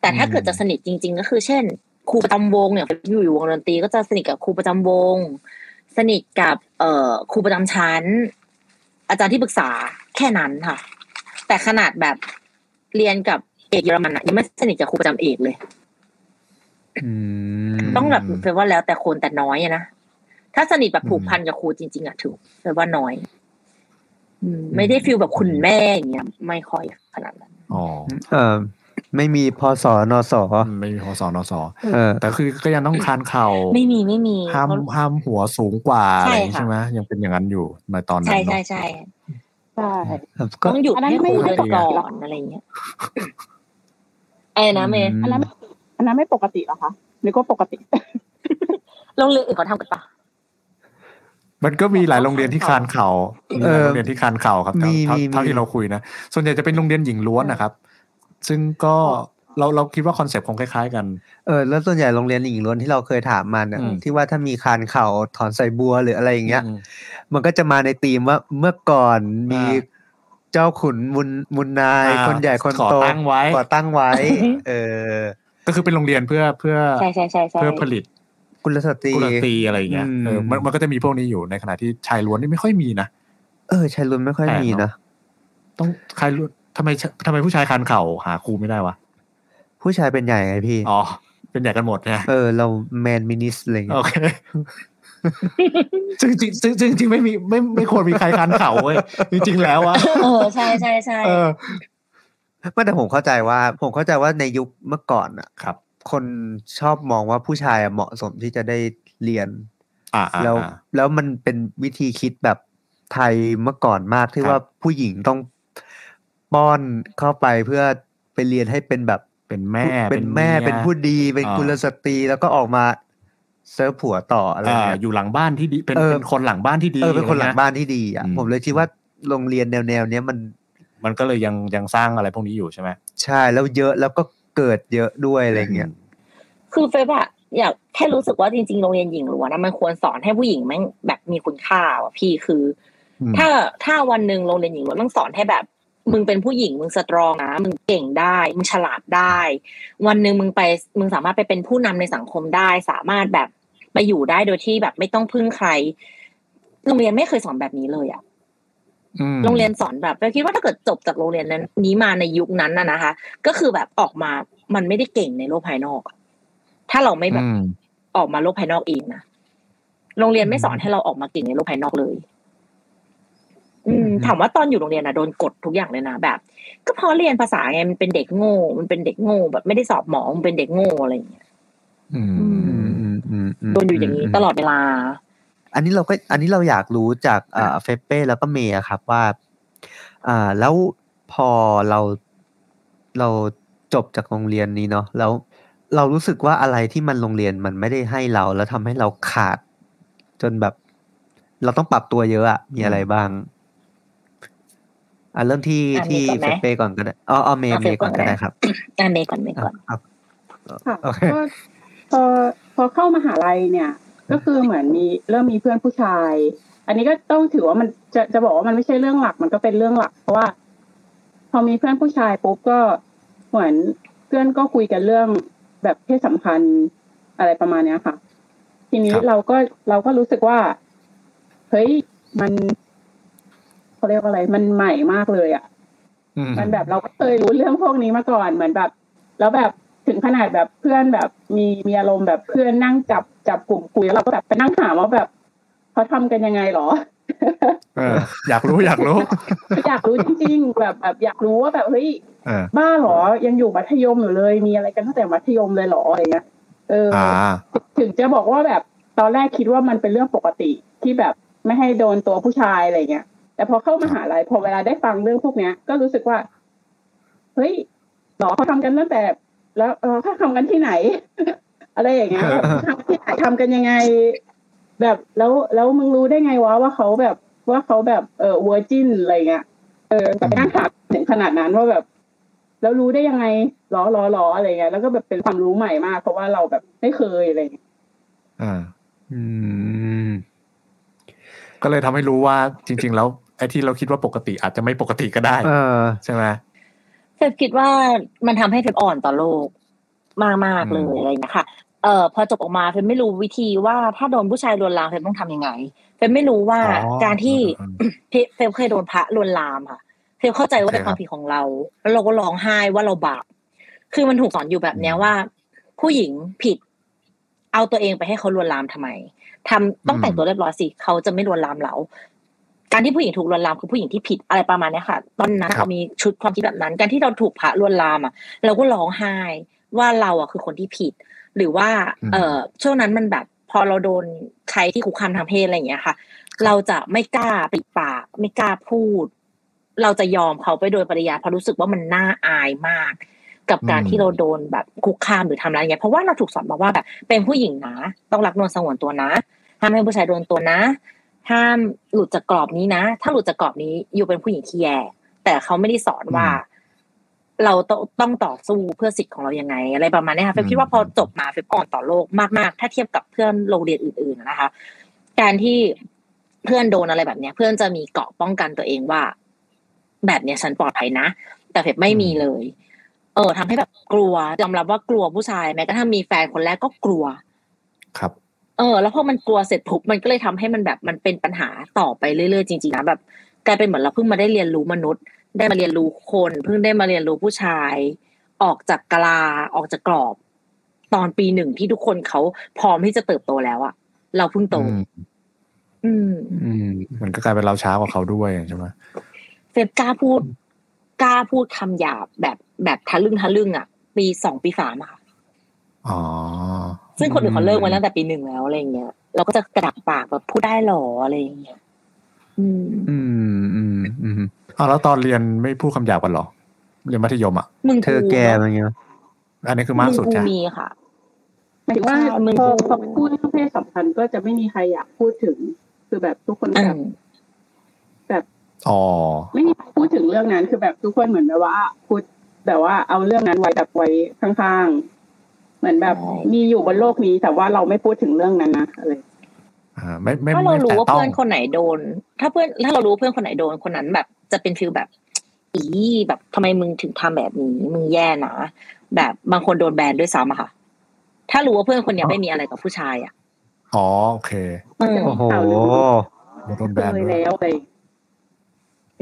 แต่ถ้าเกิดจะสนิทจริง ๆ ก็คือ เช่นครูประจำวงเนี่ยอยู่อยู่วงดนตรีก็จะสนิทกับครูประจำวง สนิทกับเอ่อครูประจำชั้น อาจารย์ที่ปรึกษาแค่นั้นค่ะ แต่ขนาดแบบเรียนกับเอกเยอรมันอะยังไม่สนิทกับครูประจำเอกเลย อืม ต้องแบบ อืม แปลว่าแล้วแต่คนแต่น้อยอะนะถ้าสนิทแบบ อืม ผูกพันกับครูจริง ๆอะถือแปลว่าน้อยอืมไม่ได้ฟิลแบบคุณแม่อย่างเงี้ยไม่ค่อยขนาดนั้น อ๋อ เออไม่มีพศนส ไม่มีหอสอนอสอ เออ แต่คือก็ยังต้องคานเข่า ไม่มีไม่มี ห้าม เขา ห้ามหัวสูงกว่าอะไรอย่างใช่งี้ค่ะ ใช่ไหมยังเป็นอย่างนั้นอยู่ในตอนนั้ ใช่ นเน ใช่ อะ ใช่ ใช่ ก็ ต้องหยุด อันนั้น ให้ครู ไม่ เดิน ปกติ ก่อนอะไรอย่างเงี้ยไอ้นะเมย์ อันนั้นไม่อันนั้นไม่ปกติเหรอคะหรือก็ปกติ โรงเรียนอื่นเขาทำกันปะ มันก็มีหลายโรงเรียนที่คานเข่ามี เอ หลาย อ โรงเรียนที่คานเข่าครับเท่า มี เท่า มี เท่า มี ที่เราคุยนะ ส่วนใหญ่จะเป็นโรงเรียนหญิงล้วนนะครับ ซึ่งก็เราเราคิดว่าคอนเซปต์คงคล้ายๆกัน เออแล้วส่วนใหญ่โรงเรียนหญิงล้วนที่เราเคยถามมาเนี่ย อืม ที่ว่าถ้ามีคานเข่าถอนใส่บัวหรืออะไรอย่างเงี้ย อืม มันก็จะมาในธีมว่าเมื่อก่อนมี อ่า เจ้าขุนมุนมุนนาย อ่า คนใหญ่คน ก่อ โต ตั้งไว้ ก่อตั้งไว้ เออ ก็คือเป็นโรงเรียนเพื่อเพื่อ ใช่ใช่ใช่ใช่ เพื่อผลิต กุลสตรี กุลตีอะไรอย่างเงี้ย อืม เออมันมันก็จะมีพวกนี้อยู่ในขณะที่ชายล้วนนี่ไม่ค่อยมีนะ เออชายล้วนไม่ค่อย แปลก มี เน นะ อะ ต้องชายล้วนทำไมชทำไมผู้ชายคานเข่าหาครูไม่ได้วะ ผู้ชายเป็นใหญ่ไงพี่ อ๋อเป็นใหญ่กันหมดไง เออ เราแมนมินิสอะไรเงี้ โอย เค ซึ่งจริงซึ่งซึ่งจริงไม่มีไม่ไม่ควรมีใครคานเข่าเว้ยจริงๆแล้วอะ เออใช่ใช่ใช่ เออ ไม่แต่ผมเข้าใจว่า ผมเข้าใจว่าในยุคเมื่อก่อนอะ ครับ คนชอบมองว่าผู้ชายอะเหมาะสมที่จะได้เรียน อ่าอ่า แล้ว อ่า แล้วมันเป็นวิธีคิดแบบไทยเมื่อก่อนมากคที่รับ ว่าผู้หญิงต้องป้อนเข้าไปเพื่อไปเรียนให้เป็นแบบ เป็นแม่ เป็นแม่ ย เป็นผู้ดีเป็น อ่า กุลสตรีแล้วก็ออกมาเซิร์ฟผัวต่ออะไร อ่า เงี้ย อยู่หลังบ้านที่ดีเป็น เออ เป็นคนหลังบ้านที่ดี เออเป็นคนหลังบ้านที่ดีอ่ะ อืม ผมเลยคิดว่าโรงเรียนแนวๆเนี้ยมัน มันก็เลยยังยังสร้างอะไรพวกนี้อยู่ใช่ไหม ใช่แล้วเยอะแล้วก็เกิดเยอะด้วยอะไรเงี้ย คือเฟบอะอยากแค่รู้สึกว่าจริงๆโรงเรียนหญิงล้วนนะมันควรสอนให้ผู้หญิงแม่งแบบมีคุณค่าว่ะพี่คือ อืม ถ้าถ้าวันหนึ่งโรงเรียนหญิงล้วนต้องสอนให้แบบ มึงเป็นผู้หญิงมึงสตรองนะมึงเก่งได้ มึงฉลาดได้ วันหนึ่งมึงไปมึงสามารถไปเป็นผู้นำในสังคมได้ สามารถแบบไปอยู่ได้โดยที่แบบไม่ต้องพึ่งใคร โรงเรียนไม่เคยสอนแบบนี้เลยอะ อืม โรงเรียนสอนแบบเราคิดว่าถ้าเกิดจบจากโรงเรียนนั้นนี้มาในยุคนั้นน่ะนะคะ ก็คือแบบออกมามันไม่ได้เก่งในโลกภายนอกอะถ้าเราไม่แบบ อืม ออกมาโลกภายนอกเองนะโรงเรียนไม่สอนให้เราออกมาเก่งในโลกภายนอกเลย อืมถามว่าตอนอยู่โรงเรียนนะโดนกดทุกอย่างเลยนะแบบ ก็เพราะเรียนภาษาไงมันเป็นเด็กโง่ มันเป็นเด็กโง่ แบบไม่ได้สอบหมอมันเป็นเด็กโง่อะไรอย่างเงี้ย อืม อืมอืมอืมม โดนอยู่อย่างนี้ตลอดเวลา อันนี้เราก็อันนี้เราอยากรู้จากเอ่อเฟเป้แล้วก็เมย์อะครับว่าอ่าแล้วพอเราเราจบจากโรงเรียนนี้เนาะแล้วเรารู้สึกว่าอะไรที่มันโรงเรียนมันไม่ได้ให้เรา แล้วทำให้เราขาด จนแบบ เราต้องปรับตัวเยอะอะมีอะไรบ้างอ่ะเริ่มที่ อ่ะ ที่ เมย์ก่อนไหม เฟเป้ก่อนก็ได้อ๋ออ๋อเมย์ อ่ะ เมย์ก่อน เฟเป้ก่อก็น ได้ นะ ครับ อ่ะเมย์ก่อนเมย์ก่อน อ่ะ ค่ะ โอเค ก็พอพอเข้ามหาลัยเนี่ย ก็คือเหมือนมีเริ่มมีเพื่อนผู้ชาย อันนี้ก็ต้องถือว่ามันจะจะบอกว่ามันไม่ใช่เรื่องหลัก มันก็เป็นเรื่องหลัก เพราะว่า พอมีเพื่อนผู้ชายปุ๊บก็เหมือนเพื่อนก็คุยกันเรื่องแบบเพศสัมพันธ์อะไรประมาณเนี้ยค่ะ ทีนี้ ครับ เราก็เราก็รู้สึกว่าเฮ้ยมันเขาเรียกว่าอะไร มันใหม่มากเลยอ่ะ อืม มันแบบเราก็เคยรู้เรื่องพวกนี้มาก่อนเหมือนแบบ แล้วแบบถึงขนาดแบบเพื่อนแบบมีมีอารมณ์แบบเพื่อนนั่งจับจับกลุ่มคุยแล้วเราก็แบบไปนั่งถามว่าแบบเขาทำกันยังไงหรอ เอออยากรู้อยากรู้ อยากรู้จริงๆแบบแบบอยากรู้ว่าแบบเฮ้ย เออ บ้าหรอยังอยู่มัธยมอยู่เลย มีอะไรกันตั้งแต่มัธยมเลยหรออะไรเงี้ยเอออ อ่า ถึงจะบอกว่าแบบตอนแรกคิดว่ามันเป็นเรื่องปกติที่แบบไม่ให้โดนตัวผู้ชายอะไรเงี้ย แต่พอเข้ามาหาลัยพอเวลาได้ฟังเรื่องพวกเนี้ย ก็รู้สึกว่าเฮ้ยหรอเขาทำกันตั้งแต่ แล้วเออเขาทำกันที่ไหน อะไรอย่างเงี้ยแบบทำที่ไหนทำกันยังไง แบบแล้วแล้วมึงรู้ได้ไงวะว่าเขาแบบว่าเขาแบบเออวอร์จินอะไรเงี้ยเออแต่ไปนั่งถามถึงขนาดนั้นว่าแบบ แล้วรู้ได้ยังไงหรอหรอหรออะไรเงี้ยแล้วก็แบบเป็นความรู้ใหม่มาก เพราะว่าเราแบบไม่เคยอะไรเงี้ย อ่า อืม ก็เลยทำให้รู้ว่าจริง ๆ แล้วไอ้ที่เราคิดว่าปกติอาจจะไม่ปกติก็ได้ เออ ใช่ไหม เฟบคิดว่ามันทำให้เฟบอ่อนต่อโลกมากมากๆเล อื ย ม อะไรนะคะเอ่อพอจบออกมาเฟบไม่รู้วิธีว่าถ้าโดนผู้ชายลวนลามเฟบต้องทำยังไงเฟบไม่รู้ว่า อ๋อ การที่ เออ เฟบเฟบเคยโดนพระลวนลามค่ะเฟบเข้าใจว่าเป็น ใช่ ค ครัวาบมผิดของเรา แล้วเราก็ร้องไห้ว่าเราบาปคือมันถูกสอนอยู่แบบเนี้ยว่า ผู้หญิงผิด เอาตัวเองไปให้เขาลวนลามทำไมทำต้องแต่งตัวเรียบร้อยสิเขาจะไม่ลวนลามเรา การที่ผู้หญิงถูกลวนลามคือผู้หญิงที่ผิดอะไรประมาณเนี้ยค่ะ ตอนนั้น ครั เรา บ มีชุดความคิดแบบนั้น การที่เราถูกพระลวนลามอ่ะ เราก็ร้องไห้ว่าเราอ่ะคือคนที่ผิด หรือว่า อืม เออช่วงนั้นมันแบบพอเราโดนใครที่คุกคามทางเพศอะไรอย่างเงี้ยค่ะ เราจะไม่กล้าปิดปาก ไม่กล้าพูด เราจะยอมเขาไปโดยปริยายเพราะรู้สึกว่ามันน่าอายมาก กับการ อืม ที่เราโดนแบบคุกคามหรือทำร้ายอย่างเงี้ยเพราะว่าเราถูกสอนมาว่าแบบเป็นผู้หญิงนะต้องรักนวลสงวนตัวนะห้ามให้ผู้ชายโดนตัวนะ ห้ามหลุดจากกรอบนี้นะ ถ้าหลุดจากกรอบนี้อยู่เป็นผู้หญิงที่แย่แต่เขาไม่ได้สอนว่า เราต้องต้องต่อสู้เพื่อสิทธิ์ของเรายังไง อะไรประมาณเนี้ยค่ะเฟบคิดว่าพอจบมาเฟบอ่อนต่อโลกมากๆ ถ้าเทียบกับเพื่อนโรงเรียนอื่นๆนะคะ การที่เพื่อนโดนอะไรแบบเนี้ย เพื่อนจะมีเกราะป้องกันตัวเองว่า แบบเนี้ยฉันปลอดภัยนะ แต่เฟบไม่มีเลย เออทำให้แบบกลัวยอมรับว่ากลัวผู้ชายแม้กระทั่งมีแฟนคนแรกก็กลัว ครับ เออแล้วพอมันกลัวเสร็จปุ๊บมันก็เลยทำให้มันแบบมันเป็นปัญหาต่อไปเรื่อยๆจริงๆนะแบบกลายเป็นเหมือนเราเพิ่งมาได้เรียนรู้มนุษย์ ได้มาเรียนรู้คนเพิ่งได้มาเรียนรู้ผู้ชาย ออกจากกลาออกจากกรอบ ตอนปีหนึ่งที่ทุกคนเขาพร้อมที่จะเติบโตแล้วอะเราเพิ่งโต อืม อืม อืม มันก็กลายเป็นเราช้ากว่าเขาด้วยใช่ไหม เฟบกล้าพูดกล้าพูดคำหยาบแบบแบบทะลึ่งทะลึ่งอะปีสองปีสามอะค่ะ อ๋อ ซึ่งคนอื่นเขาเลิกมาตั้งแต่ปีหนึ่งแล้วอะไรอย่างเงี้ยเราก็จะกระดักปากแบบพูดได้หรออะไรอย่างเงี้ยอืม อืมอืมอืม อ้าวแล้วตอนเรียนไม่พูดคำหยาบกันเหรอ เรียนมัธยมอ่ะ มึง เธอแกอะไรเงี้ย อันนี้คือมากสุด มึงกู ใช่ไหม มีค่ะ หมายถึงว่า ใช่มัน พอ ดู พอพูดเรื่องเพศสัมพันธ์ก็จะไม่มีใครอยากพูดถึง คือแบบทุกคน อื แบบ ม อ๋อ ไม่มีใครพูดถึงเรื่องนั้น คือแบบทุกคนเหมือนแบบว่าพูดแต่ว่าเอาเรื่องนั้นไว้แบบไว้ข้างๆ เหมือนแบบมีอยู่บนโลกนี้ แต่ว่าเราไม่พูดถึงเรื่องนั้นนะอะไร อ่า ไม่ไม่ ถ้าเรา ไม่ รู้ แต่ ว่า ต้อง เพื่อนคนไหนโดน ถ้าเพื่อนถ้าเรารู้ว่าเพื่อนคนไหนโดนคนนั้นแบบ จะเป็นฟิลแบบ อีแบบทำไมมึงถึงทำแบบนี้มึงแย่นะแบบบางคนโดนแบนด้วยซ้ำอะค่ะ ถ้ารู้ว่าเพื่อนคนเนี้ยไม่มีอะไรกับผู้ชายอะ อ๋อโอเค อืม โอ้โห โดน เค แบน ย ด้วย แล้วอะไร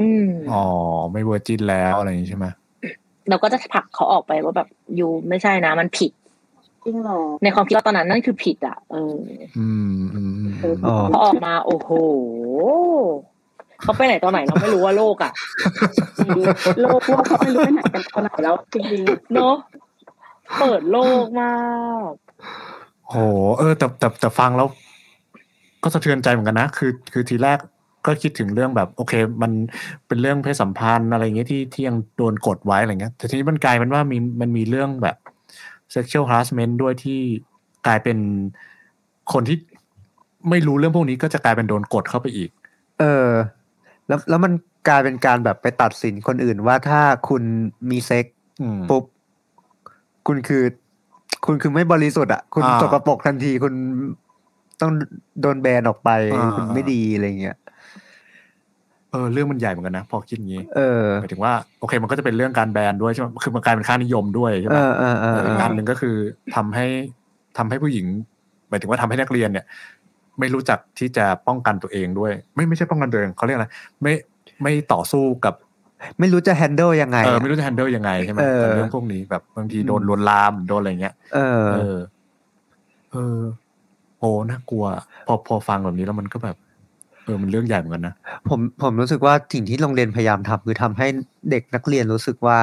อืม อ๋อ ไม่เวอร์จินแล้วอะไรอย่างนี้ใช่ไหม เราก็จะผลักเขาออกไปว่าแบบยูไม่ใช่นะ มันผิด จริงเหรอ ในความคิดเราตอนนั้นนั่นคือผิดอ่ะเออ อืมอืมอืม เอ อื อ ม อ๋อ พอออกมาโอ้โหเขาไปไหนตอนไหนเราไม่รู้ว่าโลกอ่ะ โลกพวกเขาไม่รู้ไปไหนกันตอนไหนแล้ว จริง เนอะเปิดโลกมาก โหเออแต่แต่แต่แต่ฟังแล้ว ก็สะเทือนใจเหมือนกันนะ คือคือทีแรกก็คิดถึงเรื่องแบบ โอเค มันเป็นเรื่องเพศสัมพันธ์อะไรอย่างเงี้ยที่ที่ยังโดนกดไว้อะไรเงี้ยแต่ทีนี้มันกลายเป็นว่ามีมันมีเรื่องแบบ sexual harassment ด้วยที่กลายเป็นคนที่ไม่รู้เรื่องพวกนี้ก็จะกลายเป็นโดนกดเข้าไปอีก เออ แล้วแล้วมันกลายเป็นการแบบไปตัดสินคนอื่นว่าถ้าคุณมีเซ็ก อืม ปุ๊บคุณคือ คุณคือไม่บริสุทธิ์อ่ะ คุณ อ่า สกปรกทันทีคุณต้องโดนแบนออกไป อ่า คุณไม่ดีอะไรเงี้ย เออเรื่องมันใหญ่เหมือนกันนะ พอคิดอย่างงี้ เออ หมายถึงว่าโอเคมันก็จะเป็นเรื่องการแบนด้วยใช่ไหมคือมันกลายเป็นค่านิยมด้วยใช่ไหมเออเออเออเอ อีกอั อน หนึ่งก็คือทำให้ทำให้ผู้หญิง หมายถึงว่าทำให้นักเรียนเนี่ย ไม่รู้จักที่จะป้องกันตัวเองด้วย ไม่ไม่ใช่ป้องกันตัวเองเขาเรียกอะไรไม่ไม่ต่อสู้กับ ไม่รู้จะแฮนเดิลยังไง เออ อะ ไม่รู้จะ handle ยังไงใช่ไหม เออ กับเรื่องพวกนี้แบบบางทีโดนลวนลามโดนอะไรเงี้ย เออ เออ เออโหน่ากลัว พอพอฟังแบบนี้แล้วมันก็แบบ เออมันเรื่องใหญ่เหมือนกันนะ ผมผมรู้สึกว่าสิ่งที่โรงเรียนพยายามทำคือทำให้เด็กนักเรียนรู้สึกว่า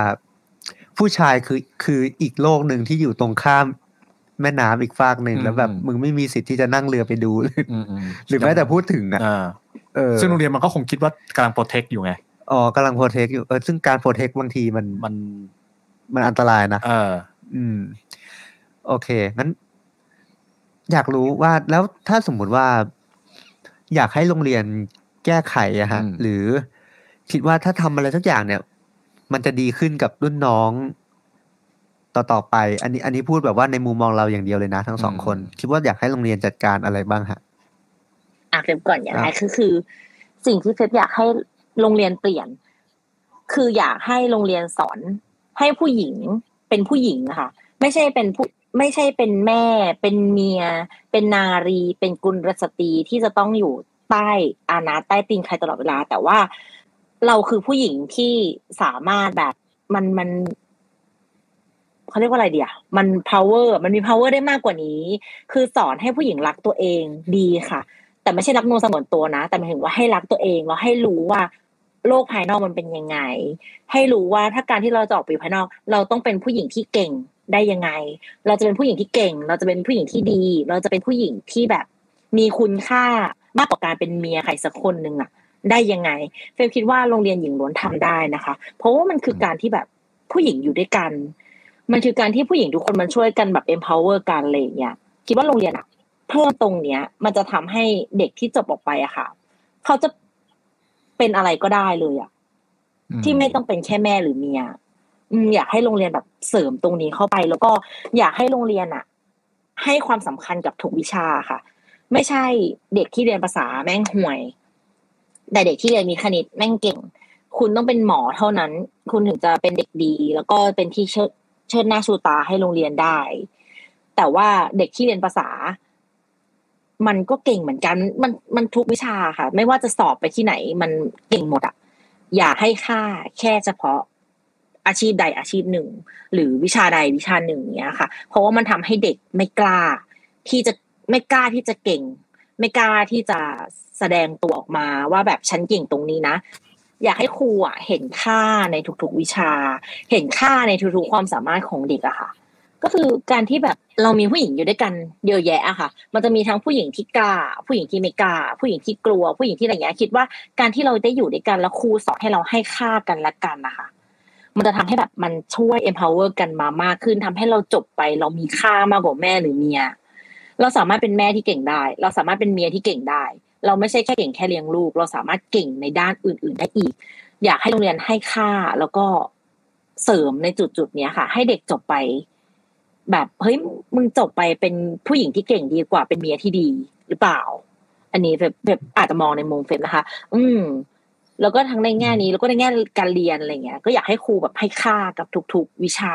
ผู้ชายคือคืออีกโลกหนึ่งที่อยู่ตรงข้ามแม่น้ำอีกฟากหนึ่งแล้วแบบมึงไม่มีสิทธิ์ที่จะนั่งเรือไปดู หรือ อืมม หรือแม้แต่พูดถึงอ่ะ อ่า เออ ซึ่งโรงเรียนมันก็คงคิดว่ากำลัง protect อยู่ไง อ๋อกำลังโปรเทคอยู่เออซึ่งการโปรเทคบางทีมัน มัน มันอันตรายนะ เออ อืม โอเคงั้น อยากรู้ว่าแล้วถ้าสมมุติว่า อยากให้โรงเรียนแก้ไขอะฮะ อืม หรือคิดว่าถ้าทำอะไรสักอย่างเนี่ย มันจะดีขึ้นกับรุ่นน้องต่อต่อๆไป อันนี้ อันนี้พูดแบบว่าในมุมมองเราอย่างเดียวเลยนะทั้งสองคน คิดว่าอยากให้โรงเรียนจัดการอะไรบ้างฮะ อ่ะเริ่มก่อนอย่างแร ครั ก บ ก็คือ สิ่งที่เฟซอยากให้โรงเรียนเปลี่ยน คืออยากให้โรงเรียนสอน ให้ผู้หญิงเป็นผู้หญิงอะค่ะ ไม่ใช่เป็นผู้ไม่ใช่เป็นแม่ เป็นเมีย เป็นนารี เป็นกุลสตรีที่จะต้องอยู่ใต้อานาใต้ตีนใครตลอดเวลา แต่ว่าเราคือผู้หญิงที่สามารถแบบมันมันเขาเรียกว่าอะไรเดียมัน power มันมี power ได้มากกว่านี้ คือสอนให้ผู้หญิงรักตัวเองดีค่ะ แต่ไม่ใช่รักนวลสงวนตัวนะ แต่หมายถึงว่าให้รักตัวเองแล้วให้รู้ว่า โลกภายนอกมันเป็นยังไง ให้รู้ว่าถ้าการที่เราจะออกไปอยู่ภายนอก เราต้องเป็นผู้หญิงที่เก่งได้ยังไง เราจะเป็นผู้หญิงที่เก่ง เราจะเป็นผู้หญิงที่ดี เราจะเป็นผู้หญิงที่แบบมีคุณค่ามากกว่าการเป็นเมียใครสักคนหนึ่งอะได้ยังไง เฟมคิดว่าโรงเรียนหญิงล้วนทำได้นะคะ เพราะว่ามันคือการที่แบบผู้หญิงอยู่ด้วยกัน มันคือการที่ผู้หญิงทุกคนมันช่วยกันแบบ empower กันอะไรอย่างเงี้ยคิดว่าโรงเรียนอะ เพิ่มตรงเนี้ย มันจะทำให้เด็กที่จบออกไปอะค่ะ เขาจะเป็นอะไรก็ได้เลยอะ อื ที่ไม่ต้องเป็นแค่แม่หรือเมียอืมอยากให้โรงเรียนแบบเสริมตรงนี้เข้าไป แล้วก็อยากให้โรงเรียนอะให้ความสำคัญกับทุกวิชาค่ะ ไม่ใช่เด็กที่เรียนภาษาแม่งห่วย แต่เด็กที่เรียนมีคณิตแม่งเก่ง คุณต้องเป็นหมอเท่านั้น คุณถึงจะเป็นเด็กดี แล้วก็เป็นที่เชิดเชิดหน้าชูตาให้โรงเรียนได้ แต่ว่าเด็กที่เรียนภาษา มันก็เก่งเหมือนกัน มันมันทุกวิชาค่ะ ไม่ว่าจะสอบไปที่ไหน มันเก่งหมดอะอย่าให้ค่าแค่เฉพาะอาชีพใดอาชีพหนึ่ง หรือวิชาใดวิชาหนึ่งเนี้ยค่ะ เพราะว่ามันทำให้เด็กไม่กล้า ที่จะไม่กล้าที่จะเก่ง ไม่กล้าที่จะแสดงตัวออกมาว่าแบบฉันเก่งตรงนี้นะ อยากให้ครูอะเห็นค่าในทุกๆวิชา เห็นค่าในทุกๆความสามารถของเด็กอะค่ะ ก็ ก็คือการที่แบบเรามีผู้หญิงอยู่ด้วยกันเยอะแยะอะค่ะ มันจะมีทั้งผู้หญิงที่กล้า ผู้หญิงที่ไม่กล้า ผู้หญิงที่กลัว ผู้หญิงที่อะไรเงี้ยคิดว่าการที่เราได้อยู่ด้วยกันแล้วครูสอนให้เราให้ค่ากันและกันนะคะ มันจะทำให้แบบมันช่วย empower กันมามากขึ้นทำให้เราจบไป เรามีค่ามากกว่าแม่หรือเมีย เราสามารถเป็นแม่ที่เก่งได้ เราสามารถเป็นเมียที่เก่งได้ เราไม่ใช่แค่เก่งแค่เลี้ยงลูก เราสามารถเก่งในด้านอื่น ๆ ได้อีก อยากให้โรงเรียนให้ค่าแล้วก็เสริมในจุดจุดๆเนี้ยค่ะ ให้เด็กจบไป แบบเฮ้ยมึงจบไปเป็นผู้หญิงที่เก่งดีกว่าเป็นเมียที่ดีหรือเปล่า อันนี้แบบแบบอาจจะมองในมุมเฟมนะคะ อืม แล้วก็ทั้งในแง่นี้แล้วก็ในแง่การเรียนอะไรเงี้ย ก็อยากให้ครูแบบให้ค่ากับทุก ๆ วิชา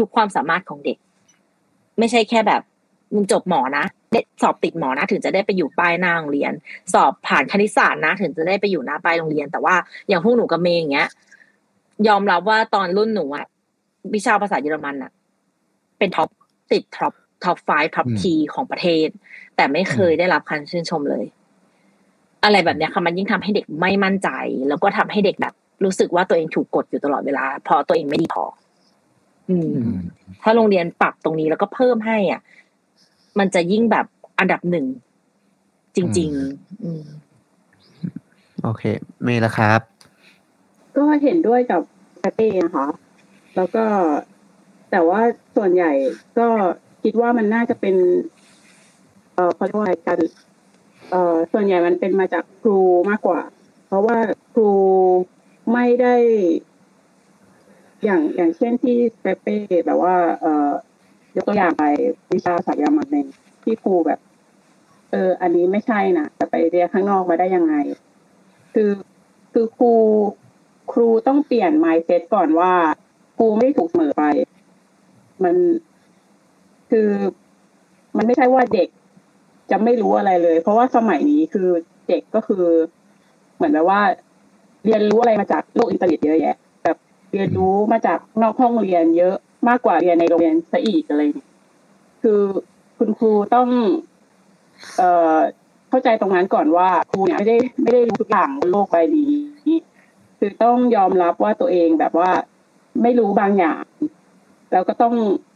ทุก ๆ ความสามารถของเด็ก ไม่ใช่แค่แบบมึงจบหมอนะเด็กสอบติดหมอนะถึงจะได้ไปอยู่ป้ายหน้าโรงเรียน สอบผ่านคณิตศาสตร์นะ ถึงจะได้ไปอยู่หน้าป้ายโรงเรียน แต่ว่าอย่างพวกหนูกับเมย์อย่างเงี้ย ยอมรับว่าตอนรุ่นหนูอะวิชาภาษาเยอรมันอะเป็นท็อปติดท็อปท็อปไฟท็อป อืม ทีของประเทศ แต่ไม่เคยได้รับการชื่นชมเลย อะไรแบบเนี้ยค่ะมันยิ่งทำให้เด็กไม่มั่นใจ แล้วก็ทำให้เด็กแบบ รู้สึกว่าตัวเองถูกกดอยู่ตลอดเวลาเพราะตัวเองไม่ดีพออืม ถ้าโรงเรียนปรับตรงนี้แล้วก็เพิ่มให้อ่ะ มันจะยิ่งแบบอันดับหนึ่ง จริง ๆ อืม โอเค เมย์ละครับ ก็เห็นด้วยกับคาเต้นะคะ แล้วก็แต่ว่าส่วนใหญ่ก็คิดว่ามันน่าจะเป็น เอ่อเขาเรียกว่าอะไรกัน เอ่อส่วนใหญ่มันเป็นมาจากครูมากกว่า เพราะว่าครูไม่ได้ อย่างอย่างเช่นที่เปเป้แบบว่า เอ่อยกตัวอย่างไปวิชาสายยามันเองที่ครูแบบ เออ อันนี้ไม่ใช่นะแต่ไปเรียนข้างนอกมาได้ยังไง คือคือครู ครูต้องเปลี่ยน mindset ก่อนว่าครูไม่ได้ถูกเสมอไป มันคือมันไม่ใช่ว่าเด็กจะไม่รู้อะไรเลย เพราะว่าสมัยนี้คือเด็กก็คือ เหมือนแบบว่า เรียนรู้อะไรมาจากโลกอินเทอร์เน็ตเยอะแยะแบบเรียนรู้มาจากนอกห้องเรียนเยอะมากกว่าเรียนในโรงเรียนซะอีกอะไรอย่างเงี้ยคือคุณครูต้อง เอ่อเข้าใจตรงนั้นก่อนว่าครูเนี่ยไม่ได้ไม่ได้รู้ทุกอย่างบนโลกใบนี้ คือต้องยอมรับว่าตัวเองแบบว่าไม่รู้บางอย่าง แล้วก็ต้อง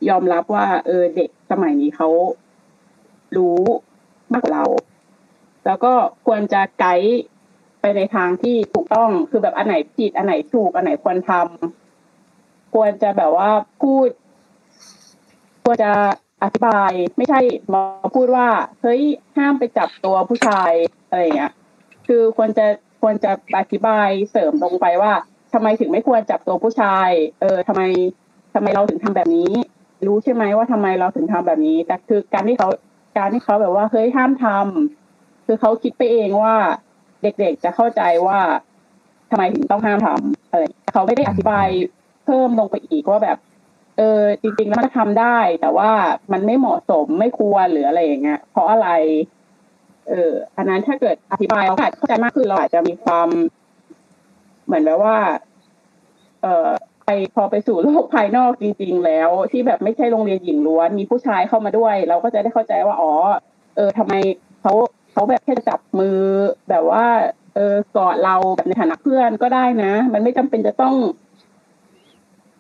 ยอมรับว่า เออเด็กสมัยนี้เขารู้มากกว่าเรา แล้วก็ควรจะไกด์ไปในทางที่ถูกต้องคือแบบอันไหนผิดอันไหนถูกอันไหนควรทำควรจะแบบว่าพูด ควรจะอธิบายไม่ใช่มาพูดว่าเฮ้ยห้ามไปจับตัวผู้ชายอะไรอย่างเงี้ย คือควรจะควรจะอธิบายเสริมลงไปว่าทำไมถึงไม่ควรจับตัวผู้ชาย เออทำไมทำไมเราถึงทำแบบนี้ รู้ใช่ไหมว่าทำไมเราถึงทำแบบนี้ แต่คือการที่เขาการที่เขาแบบว่าเฮ้ยห้ามทำคือเขาคิดไปเองว่าเด็กๆจะเข้าใจว่าทำไมถึงต้องห้ามทำอะไรเขาไม่ได้อธิบายเพิ่มลงไปอีกว่าแบบ เออจริงๆแล้วมันทำได้ แต่ว่ามันไม่เหมาะสมไม่ควรหรืออะไรอย่างเงี้ยเพราะอะไร เอออันนั้นถ้าเกิดอธิบายเราอาจจะเข้าใจมากขึ้นเราอาจจะมีความ เหมือนแบบว่า เออไปพอไปสู่โลกภายนอกจริง ๆ แล้ว ที่แบบไม่ใช่โรงเรียนหญิงล้วน มีผู้ชายเข้ามาด้วย เราก็จะได้เข้าใจว่าอ๋อ เออทำไมเขาเขาแบบแค่จะจับมือ แบบว่า เออกอดเราแบบในฐานะเพื่อนก็ได้นะ มันไม่จำเป็นจะต้อง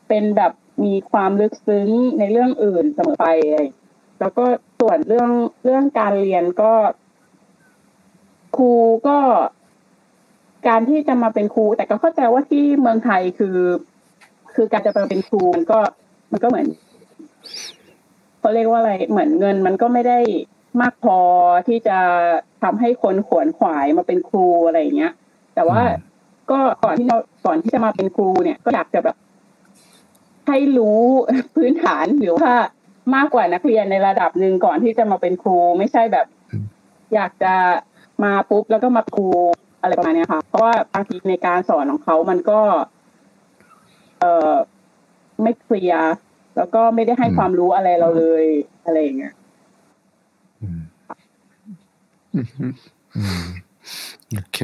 เป็นแบบมีความลึกซึ้งในเรื่องอื่นเสมอไปอะไรอย่างเงี้ยแล้วก็ส่วนเรื่องเรื่องการเรียนก็ ครูก็การที่จะมาเป็นครู แต่ก็เข้าใจว่าที่เมืองไทยคือ คือการจะมาเป็นครูมันก็มันก็เหมือนเขาเรียกว่าอะไรเหมือนเงิน มันก็ไม่ได้มากพอที่จะทำให้คนขวนขวายมาเป็นครูอะไรอย่างเงี้ย แต่ว่าก็ก่อนที่เราก่อนที่จะมาเป็นครูเนี่ย ก็อยากจะแบบ ให้รู้ พื้นฐานหรือว่ามากกว่านักเรียนในระดับหนึ่งก่อนที่จะมาเป็นครู ไม่ใช่แบบ อยากจะมาปุ๊บแล้วก็มาครูอะไรประมาณเนี้ยค่ะ เพราะว่าบางทีในการสอนของเขามันก็ เอ่อไม่เคลียร์แล้วก็ไม่ได้ให้ความรู้อะไรเราเลยอะไรอย่างเงี้ย อืมโอเค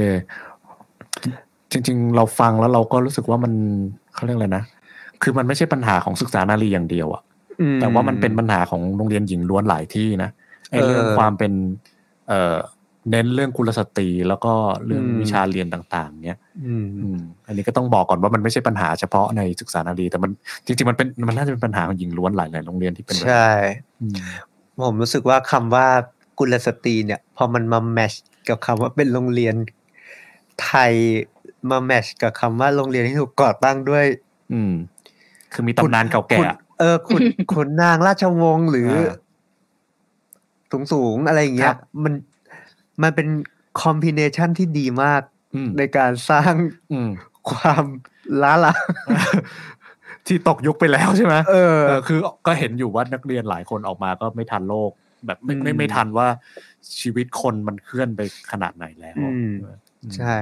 จริง ๆ เราฟังแล้วเราก็รู้สึกว่ามันเขาเรียกอะไรนะ คือมันไม่ใช่ปัญหาของศึกษานารีอย่างเดียวอะแต่ว่ามันเป็นปัญหาของโรงเรียนหญิงล้วนหลายที่นะไอ้เรื่อง เออ ความเป็น เอ่อ เน้นเรื่องกุลสตรีแล้วก็เรื่อง อืม วิชาเรียนต่าง ๆเนี้ย อืม อืมอันนี้ก็ต้องบอกก่อนว่ามันไม่ใช่ปัญหาเฉพาะในศึกษานารีแต่มันจริงๆมันเป็นมันน่าจะเป็นปัญหาของหญิงล้วนหลายๆโรงเรียนที่เป็นแบบ ใช่ อืม ผมรู้สึกว่าคำว่ากุลสตรีเนี่ย พอมันมาแมชกับคำว่าเป็นโรงเรียนไทยมาแมชกับคำว่าโรงเรียนที่ถูกก่อตั้งด้วย อืม คือมีตำนานเก่าแก่ ขุน อะ เออขุน ขุนนางราชวงศ์หรือ เออ สูงสูงๆอะไรอย่างเงี้ ครั ย บ มันมันเป็นคอม i ิเนชันที่ดีมาก อืม ในการสร้าง อืม ความล้าหลัง ที่ตกยุคไปแล้วใช่ไหม เออ เออคือก็เห็นอยู่ว่านักเรียนหลายคนออกมาก็ไม่ทันโลก แบบไม่ไม่ อืม ไม่ทันว่าชีวิตคนมันเคลื่อนไปขนาดไหนแล้ว อืม อืม ใช่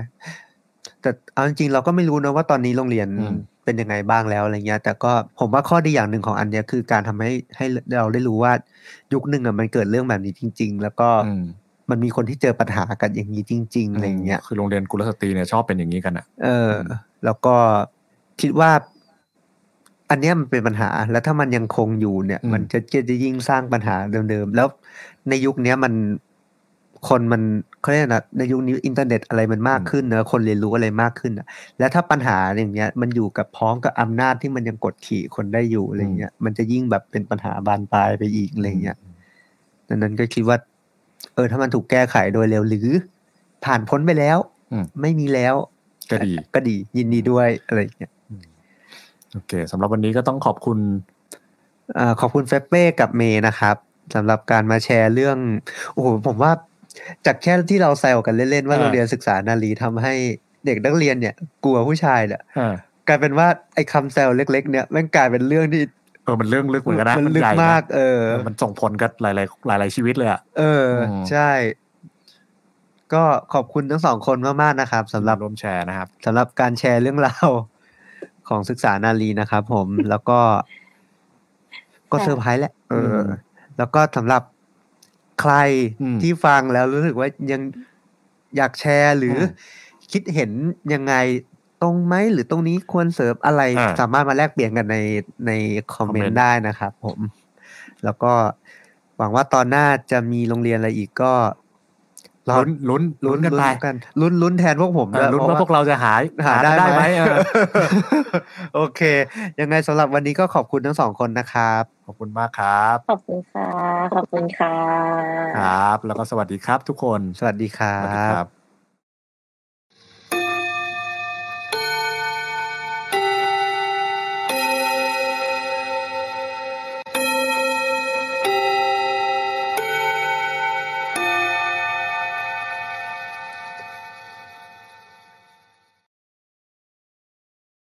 แต่เอาจริงๆเราก็ไม่รู้นะว่าตอนนี้โรงเรียน อืม เป็นยังไงบ้างแล้วอะไรเงี้ย แต่ก็ผมว่าข้อดีอย่างหนึ่งของอันเนี้ยคือการทำให้ให้เราได้รู้ว่ายุคหนึ่งอ่ะมันเกิดเรื่องแบบนี้จริง ๆ แล้วก็ อืม มันมีคนที่เจอปัญหากันอย่างนี้จริงๆอะไรเงี้ย คือโรงเรียนกุลสตรีเนี่ยชอบเป็นอย่างนี้กันอ่ะ เอออ ม แล้วก็คิดว่า อันเนี้ยมันเป็นปัญหา แล้วถ้ามันยังคงอยู่เนี่ย มันจะจะจะยิ่งสร้างปัญหาเดิมๆ แล้วในยุคเนี้ยมันคนมันเขาเรียกนะในยุคนี้อินเทอร์เน็ตอะไรมันมากขึ้นเนอะคนเรียนรู้อะไรมากขึ้นอะแล้วถ้าปัญหาอย่างเงี้ย มันอยู่กับพร้อมกับอำนาจที่มันยังกดขี่คนได้อยู่อะไรเงี้ยมันจะยิ่งแบบเป็นปัญหาบานปลายไปอีกอะไรเงี้ยดังนั้นก็คิดว่า เออ ถ้ามันถูกแก้ไขโดยเร็วหรือ ผ่านพ้นไปแล้ว อืม ไม่มีแล้ว ก็ดี ก็ดียินดีด้วยอะไรอย่างเงี้ย โอเคสำหรับวันนี้ก็ต้องขอบคุณ อ่าขอบคุณเฟปเป้กับเมย์นะครับสำหรับการมาแชร์เรื่องโอ้โหผมว่า จากแค่ที่เราแซวกันเล่นๆว่า อ่า โรงเรียนศึกษานารีทำให้เด็กนักเรียนเนี่ย กลัวผู้ชายเนี่ย อ่าก ลายเป็นว่าไอ้คำแซวเล็ก ๆ เนี่ยแมันกลายเป็นเรื่องที่ เออมันเรื่องลึกเหมือนกันนะ มันลึ ให ก ญ่นะ มาก เออ มันส่งผลกับหลาย ๆ หลาย ๆ ชีวิตเลยอ่ะ เอออ ม ใช่ ก็ขอบคุณทั้งสองคนมากๆนะครับสำหรับ ร่วมแชร์นะครับ สำหรับการแชร์เรื่องราว ของศึกษานารีนะครับผม แล้วก็ ก็เซอร์ไพรส์แหละเอออ ม แล้วก็สำหรับใคร อืม ที่ฟังแล้วรู้สึกว่ายังอยากแชร์หรืออ ม คิดเห็นยังไงตรงไหมหรือตรงนี้ควรเสริมอะไร อ่า สามารถมาแลกเปลี่ยนกันในในคอมเมน comment ต์ได้นะครับผม แล้วก็หวังว่าตอนหน้าจะมีโรงเรียนอะไรอีกก็รอ ลุ้นลุ้นลุ้นกันไป กันลุ้นลุ้นแทนพวกผม เอ ด้ อ วย ลุ้น เพระ ว่าพวกเราจะหาย หาได้ กัน ไหม เออ โอเค ยังไงสำหรับวันนี้ก็ขอบคุณทั้งสองคนนะครับ ขอบคุณมากครับ ขอบคุณค่ะ ขอบคุณค่ะ ครับ แล้วก็สวัสดีครับทุกคน สวัสดีครั สวัสดี บ ครับ